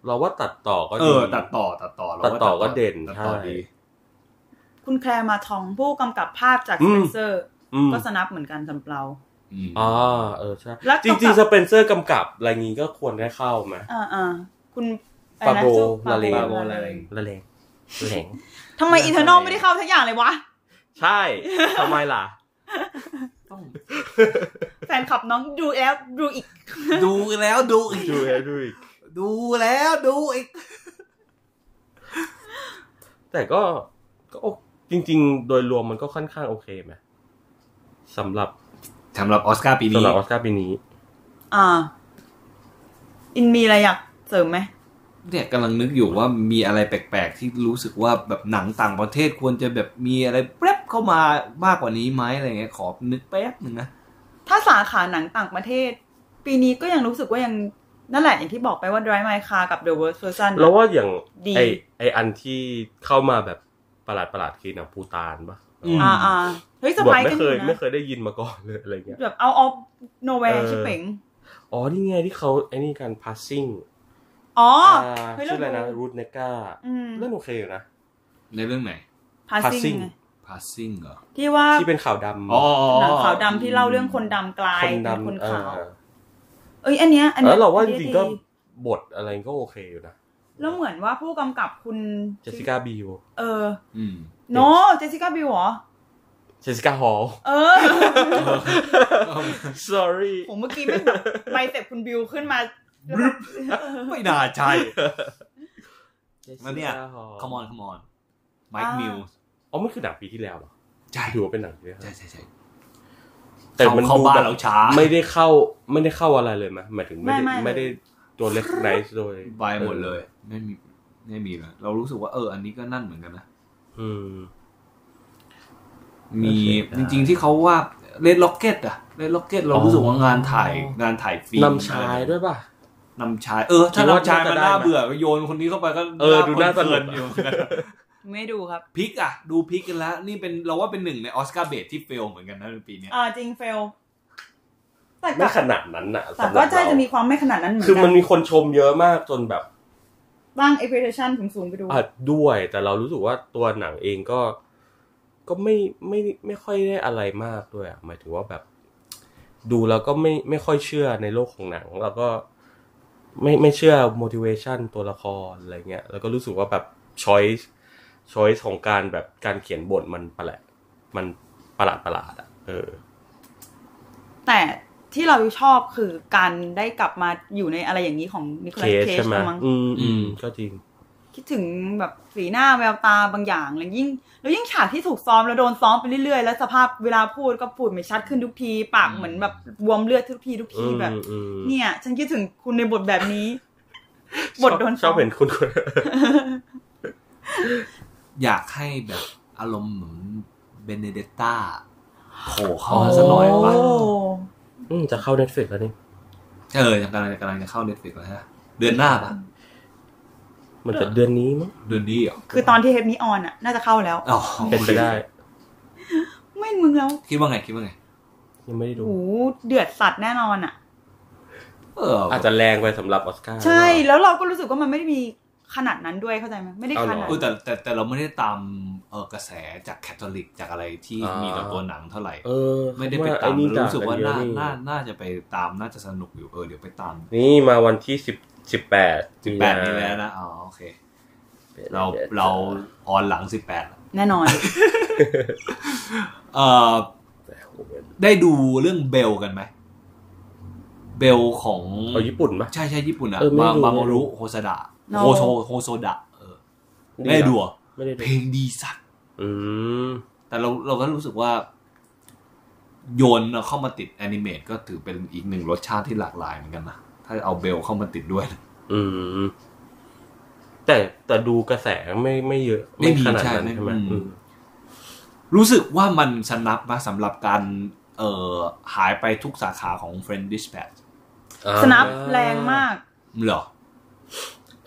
Speaker 3: เราว่าตัดต่อก็
Speaker 4: เอ
Speaker 3: ดี
Speaker 4: อ ตัดต่อ ตัดต่อเรา
Speaker 3: ตัด
Speaker 4: ว่า
Speaker 3: ต่อก็เด่น
Speaker 4: ตัด
Speaker 3: ใช่
Speaker 4: ต่อดี
Speaker 1: คุณแคลร์มาทองผู้กำกับภาพจาก
Speaker 3: อื
Speaker 1: สเป
Speaker 3: ม
Speaker 1: นเซอร์
Speaker 3: อืม
Speaker 1: ก็สนับเหมือนกันสำหรับเรา
Speaker 2: อืม
Speaker 3: อ่าเออใช่
Speaker 1: แล้ว
Speaker 3: จ
Speaker 1: กำกับ
Speaker 3: ริงๆสเปนเซอร์กำกับอะไรงี้ก็ควรได้เข้าไหม
Speaker 1: อ่าอ่าคุณ
Speaker 3: ปาโบ
Speaker 1: ปาโบ
Speaker 3: ลาเลง
Speaker 1: ลาเลง
Speaker 3: ละเลงละเลง
Speaker 1: ทำไมอินเทอร์นอลไม่ได้เข้าทักอย่างเลยวะ
Speaker 3: ใช่ทำไมล่ะ
Speaker 1: แฟนคลับน้องดูแล้วดูอีก
Speaker 4: ดูแล้วดูอีก
Speaker 3: ดูเอดูอีก
Speaker 4: ดูแล้วดูอีก
Speaker 3: แต่ก็ก็โอจริง ๆ โดยรวมมันก็ค่อนข้างโอเคไหมสำหรับ
Speaker 4: สำหรับออสการ์ปี
Speaker 3: สำ
Speaker 4: นี้
Speaker 3: หรับออสการ์ปีนี้
Speaker 1: อ่า อินมีอะไรอยากเสริมไหม
Speaker 2: เนี่ยกำลังนึกอยู่ว่ามีอะไรแปลกๆ ที่รู้สึกว่าแบบหนังต่างประเทศควรจะแบบมีอะไรแป๊บเข้ามามากกว่านี้ไหมอะไรเงี้ยขอนึกแป๊บหนึ่งนะ
Speaker 1: ถ้าสาขาหนังต่างประเทศ ปีนี้ก็ยังรู้สึกว่ายังนั่นแหละอย่างที่บอกไปว่า Drive My Car กับ The Worst Person
Speaker 3: เราว่าอย่าง
Speaker 1: ดี
Speaker 3: ไอไออันที่เข้ามาแบบประหลาดประหลาดๆคือหนังปูตานปะ
Speaker 2: อืม
Speaker 1: อ่าอ่าเฮ้ยส
Speaker 3: แบบ
Speaker 1: บาย
Speaker 3: ไม่
Speaker 1: กันอ
Speaker 3: เค
Speaker 1: ยู่
Speaker 3: ยไม่
Speaker 1: นะ
Speaker 3: เคยได้ยินมาก่อน [LAUGHS] เลยอะไรเงี้ย
Speaker 1: แบบเอาออฟโนแวร์
Speaker 3: เออ
Speaker 1: ชิเป๋ง
Speaker 3: อ๋อนี่ไงที่เขาไอ้นี่การ passing
Speaker 1: อ๋อ
Speaker 3: อ่า
Speaker 1: เฮ้ย
Speaker 3: ชื่
Speaker 1: เรา
Speaker 3: ออะไรนะ
Speaker 1: ดู
Speaker 3: รูทเนก้า
Speaker 1: อืม
Speaker 3: เล่นโอเคอยู่นะ
Speaker 2: ในเรื่องไหน
Speaker 1: พาสซิ่
Speaker 3: Passing
Speaker 1: ง
Speaker 2: passing เหรอ
Speaker 1: ที่ว่า
Speaker 3: ที่เป็นข่าวดำ
Speaker 2: อ๋ออ๋อ
Speaker 1: ห
Speaker 2: อ๋อ
Speaker 1: นังขาวดำที่เล่าเรื่องคนดำกลาย
Speaker 3: คน
Speaker 1: เป็น
Speaker 3: ดำ
Speaker 1: คนขาว
Speaker 3: เออ
Speaker 1: เอ้ยอันเนี้ยอัน
Speaker 3: แล้
Speaker 1: เนี้
Speaker 3: วย เราว่าจ
Speaker 1: ดี
Speaker 3: ริงๆก็
Speaker 1: ดี
Speaker 3: บทอะไรก็โอเคอยู่นะ
Speaker 1: แล้วเหมือนว่าผู้กำกับคุณ
Speaker 3: เจสสิก้าบิว
Speaker 1: เออ
Speaker 2: อืม
Speaker 1: โนเจสสิก้าบิวเหรอ
Speaker 3: เจสสิก้าฮ
Speaker 1: [LAUGHS]
Speaker 3: อล
Speaker 1: เออ
Speaker 3: sorry
Speaker 1: ผมเมื่อกี้ไม่แบบใบเสพคุณบิวขึ้นมา
Speaker 2: ไม่น่าใช่ แล้วเนี่ย
Speaker 3: Jessica Hall
Speaker 2: come on come on Mike
Speaker 1: อ่า
Speaker 2: Mills
Speaker 3: อ๋อมันคือหนังปีที่แล้วเหรอ
Speaker 2: ใช่
Speaker 3: ถือว่าเป็นหนังปีที่แล้ว
Speaker 2: ใช่ใช่ใช่
Speaker 3: แต่มัน
Speaker 2: เข้า
Speaker 3: ดู
Speaker 2: บ้าน
Speaker 3: แบบ
Speaker 2: เราช้า
Speaker 3: ไม่ได้เข้าไม่ได้เข้าอะไรเลยไหมหมายถึงไม่ได้
Speaker 1: ไม่ไม่
Speaker 3: ไม่ได้ตัวเล็กไนซ์โดย
Speaker 2: ไปหมดเลย ไม่มีไม่มีแล้วเรารู้สึกว่าเออ อันนี้ก็นั่นเหมือนกันนะ
Speaker 3: อืม
Speaker 2: มี
Speaker 3: โอเคได้
Speaker 2: จริงๆที่เขาว่าเลดล็อกเก็ตอะเลดล็อกเก็ตเรา
Speaker 3: อ๋อ
Speaker 2: รู้สึกว่างานถ่ายงานถ่ายฟิล์ม
Speaker 3: นำชายด้วยป่ะ
Speaker 2: นำชาย เออ ถ้า
Speaker 3: คิดว่าน
Speaker 2: ำชายมัน
Speaker 3: น่าจะได้
Speaker 2: น่าเบื่อโยนคนนี้เข้าไปก็
Speaker 3: เออดูน่าสนุก
Speaker 2: เพลิอยู่ [LAUGHS]
Speaker 1: ไม่ดูครับ
Speaker 2: พลิกอะดูพลิกกันแล้ว นี่เป็นเราว่าเป็นหนึ่งในออสการ์เบทที่เฟลเหมือนกันนะในปีเนี้ย
Speaker 1: อ่าจริงเฟล แต่
Speaker 3: ไม่ข
Speaker 1: ก็
Speaker 3: นาดนั้นน่ะ
Speaker 1: แต่
Speaker 3: สำห
Speaker 1: ก็
Speaker 3: รับ
Speaker 1: ใช่
Speaker 3: เรา
Speaker 1: จะมีความไม่ขนาดนั้นเหมือน
Speaker 3: คือ
Speaker 1: กั
Speaker 3: มัน
Speaker 1: น
Speaker 3: มีคนชมเยอะมากจนแบบ
Speaker 1: ตั้ง expectation สูงๆไปดู
Speaker 3: อ่ะด้วย แต่เรารู้สึกว่าตัวหนังเองก็ ก็ไม่ไม่ไม่ค่อยได้อะไรมากด้วยอะหมายถึงว่าแบบ ดูแล้วก็ไม่ไม่ค่อยเชื่อในโลกของหนัง แล้วก็ไม่ไม่เชื่อ motivation ตัวละครอะไรเงี้ยแล้วก็รู้สึกว่าแบบ choice choice ของการแบบการเขียนบทมันประหลาดมันประหลาดประหลาดอ่ะเออ
Speaker 1: แต่ที่เราชอบคือการได้กลับมาอยู่ในอะไรอย่างนี้ของนิโค
Speaker 3: เค
Speaker 1: ลัส
Speaker 3: ส
Speaker 1: เคจ
Speaker 3: ใช่ไหม
Speaker 1: มั้ง
Speaker 3: อืมอืมก็จริง
Speaker 1: คิดถึงแบบสีหน้าแววตาบางอย่างแล้วยิ่ง แล้วยิ่งฉากที่ถูกซ้อมแล้วโดนซ้อมไปเรื่อยๆ แล้วสภาพเวลาพูดก็พูดไม่ชัดขึ้นทุกที ปากเหมือนแบบบวมเลือดทุกทีทุก
Speaker 3: อื
Speaker 1: ที
Speaker 3: ม
Speaker 1: แบบ
Speaker 3: อืม
Speaker 1: เนี่ย ฉันคิดถึงคุณในบทแบบนี้ บทโดน
Speaker 3: ชอบเห็นคุณ [LAUGHS] คุณ
Speaker 2: อยากให้แบบอารมณ์เหมือนเบเนเดตตาโผล่เข้ามาสักหน่อยปะ
Speaker 1: โอ้
Speaker 3: อืมจะเข้า Netflix แล้วนี่
Speaker 2: เออกำลังกำลังจะเข้าเน็ตฟลิกแล้วฮะเดือนหน้าปะ
Speaker 3: มันจะเดือนนี้มั้ง
Speaker 2: เดือนนี้เหรอ
Speaker 1: คือตอนที่เทปนี้ออนอ่ะ น่าจะเข้าแล้ว
Speaker 2: อ๋อ
Speaker 3: เป็นไปได้
Speaker 1: ไม่มึงแล้ว
Speaker 2: คิดว่าไงคิดว่าไง
Speaker 3: ยังไม่ได้ดู
Speaker 1: โอ้เดือดสัตว์แน่นอนอ่ะ
Speaker 2: เอออ
Speaker 3: อาจจะแรงไปสำหรับออสการ์
Speaker 1: ใช่ แล้วเราก็รู้สึกว่ามันไม่ได้มีขนาดนั้นด้วยเข้าใจไหมไม่ได้ขนาด
Speaker 2: เออแต่แต่แต่เราไม่ได้ตามเออกระแสจากแคทอลิกจากอะไรที่
Speaker 3: อ่ามี
Speaker 2: มีต่อตัวหนังเท่าไหร่
Speaker 3: เออ
Speaker 2: ไม่ได้ไป
Speaker 3: ว่
Speaker 2: ตาม
Speaker 3: อ้นี่
Speaker 2: รู้สึกว่า
Speaker 3: ด่
Speaker 2: น่า
Speaker 3: กันเยอะ
Speaker 2: น่าน่าจะไปตามน่าจะสนุกอยู่เออเดี๋ยวไปตาม
Speaker 3: นี่มาวันที่สิบสิบแปด
Speaker 2: สิบแปดนี้แล้วนะอ๋อโอเค เราเราออนหลังสิบแปด
Speaker 1: แน่นอน
Speaker 2: เออได้ดูเรื่องเบลกันไหมเบลของ
Speaker 3: เอาญี่ปุ่นปะ
Speaker 2: ใช่ใช่ญี่ปุ่นอะ
Speaker 3: เออไม่
Speaker 2: มา
Speaker 3: ดู
Speaker 2: มาโม
Speaker 3: ไม่ดู
Speaker 2: รุโฮซดะ
Speaker 1: โน
Speaker 2: โฮโซโฮโซดะเออไม่ได้ดูเหรอ
Speaker 3: ไม่ได้ดู
Speaker 2: เพลงดีสัส
Speaker 3: อืม
Speaker 2: แต่เราเราก็รู้สึกว่า โยนเอาเข้ามาติดแอนิเมตก็ถือเป็นอีกหนึ่งรสชาติที่หลากหลายเหมือนกันนะ ถ้าเอาเบลเข้ามาติดด้วยนะ
Speaker 3: อืม แต่แต่ดูกระแสไม่ไม่เยอะ
Speaker 2: ไม่มี
Speaker 3: ขนาด
Speaker 2: ใช่
Speaker 3: นั้น
Speaker 2: ไม่
Speaker 3: ใช่ไหม
Speaker 2: อืม
Speaker 3: อืม
Speaker 2: รู้สึกว่ามันชนะปะสำหรับการเอ่อหายไปทุกสาขาของ Friend Dispatch
Speaker 1: สนับแรงมาก
Speaker 2: เหรอ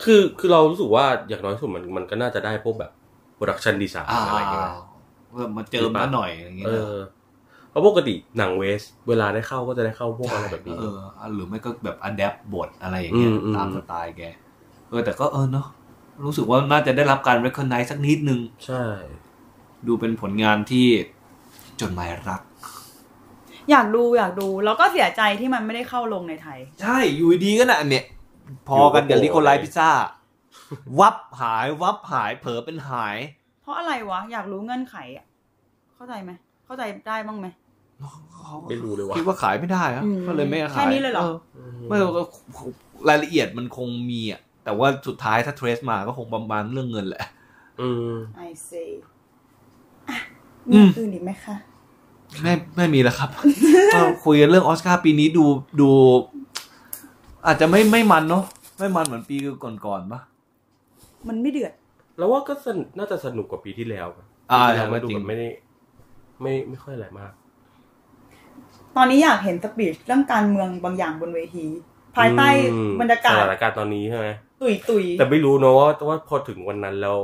Speaker 3: คือคือเรารู้สึกว่าอย่างน้อยสุดมันมันก็น่าจะได้พวกแบบโปรดักชันดีไซน์
Speaker 2: อ่า
Speaker 3: อะไรอย่างเงี้ย
Speaker 4: เออมาเจอมาหน่อยอย่างเงี้ย
Speaker 3: เอ
Speaker 4: นะ
Speaker 3: อเพราะปกติหนังเวส เวลาได้เข้าก็จะได้เข้าพวกอะไรแบบนี้
Speaker 4: เออหรือไม่ก็แบบอัดแอปบทอะไรอย่างเงี้ย
Speaker 3: อืมอืม
Speaker 4: ตามสไตล์แกเออแต่ก็เออเนาะรู้สึกว่าน่าจะได้รับการ recognize สักนิดนึง
Speaker 3: ใช่
Speaker 4: ดูเป็นผลงานที่จดหมายรัก
Speaker 1: อยากดูอยากดู แล้วก็เสียใจที่มันไม่ได้เข้าลงในไทย
Speaker 2: ใช่ อยู่ดีๆก็น่ะเนี่ย พอกันกับ
Speaker 3: อยู่
Speaker 2: ลิ
Speaker 3: ก็
Speaker 2: โก
Speaker 3: โผล่
Speaker 2: ไล
Speaker 3: เลย
Speaker 2: พิซซ่า วับหาย วับหาย เผลอเป็นหาย
Speaker 1: เพราะอะไรวะ อยากรู้เงื่อนไขอะเข้าใจไหมเข้าใจได้บ้างไหม
Speaker 3: ไม่รู้เลยว่ะ
Speaker 2: คิดว่าขายไม่ได้อะ
Speaker 1: อืม
Speaker 2: ก็เลยไม่ขาย
Speaker 1: แค่นี้เลยเหรอ
Speaker 2: ไม่ก็รายละเอียดมันคงมีอ่ะ แต่ว่าสุดท้ายถ้าเทรสมาก็คงประมาณเรื่องเงินแหละ
Speaker 3: อืม
Speaker 1: I see อ่ะมีอย่าง
Speaker 2: อืม
Speaker 1: อื่นอีกไหมคะ
Speaker 2: ไม่ไม่มีแล้วครับ [LAUGHS] เออคุยกันเรื่องออสการ์ปีนี้ดูดู อาจจะไม่ไม่มันเนาะไม่มันเหมือนปีก่อนๆปะ
Speaker 1: มันไม่เดือด
Speaker 3: แล้วว่าก็สนุกน่าจะสนุกกว่าปีที่แล้วนะ
Speaker 2: อ่า
Speaker 3: ปีที่แล้วมาดู
Speaker 2: จริ
Speaker 3: แบ
Speaker 2: ง
Speaker 3: บไม่ได้ไม่ไม่ค่อยอะไรมาก
Speaker 1: ตอนนี้อยากเห็นสปีชเรื่องการเมืองบางอย่างบนเวที ภายใต้
Speaker 3: อืม
Speaker 1: บรรยากาศ
Speaker 3: สถานการณ์ตอนนี้ใช่ไหม
Speaker 1: ตุยตุยๆ
Speaker 3: แต่ไม่รู้เนอะว่าว่าพอถึงวันนั้นแล้ว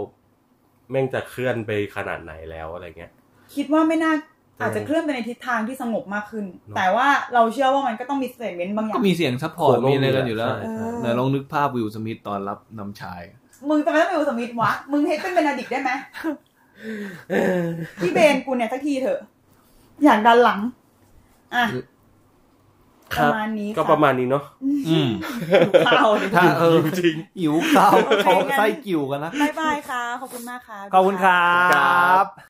Speaker 3: แม่งจะเคลื่อนไปขนาดไหนแล้วอะไรเงี้ย
Speaker 1: คิดว่าไม่น่า
Speaker 3: ใช่
Speaker 1: อาจจะเคลื่อนไปในทิศทางที่สงบมากขึ้น
Speaker 3: เนอะ
Speaker 1: แต่ว่าเราเชื่อว่ามันก็ต้องมีเสเมนต์บางอย่า
Speaker 2: ก็
Speaker 1: ง
Speaker 2: มีเสียงซัพพอร์ตมีอะไรกันอยู่แล้ว
Speaker 3: ใช่ใช่
Speaker 2: แต่ลองนึกภาพวิลสมิธตอนรับนำชาย
Speaker 1: มึงทำไมต้องเป็นอุลสมิธวะ มึงให้เป็นเบนอดิกต์ได้ไหมพี่เบนกูเนี่ยสักทีเถอะ อยากดันหลัง อ่ะ
Speaker 3: ค
Speaker 1: ประ
Speaker 3: รับ
Speaker 1: มาณนี้ค่
Speaker 3: ก็ประมาณนี้เนาะ
Speaker 2: อืม
Speaker 1: ข่าว [LAUGHS] ดีก
Speaker 2: ถ้า
Speaker 1: ว่า
Speaker 2: เอ [LAUGHS] อ
Speaker 3: จริง
Speaker 2: หิวข้าว
Speaker 1: โอเค
Speaker 2: ท้อง
Speaker 1: งั้น
Speaker 2: ไส้กิ่วกันนะ
Speaker 1: บายบายค่ะ ขอบคุณมากค่ะ
Speaker 2: ขอบคุณครับ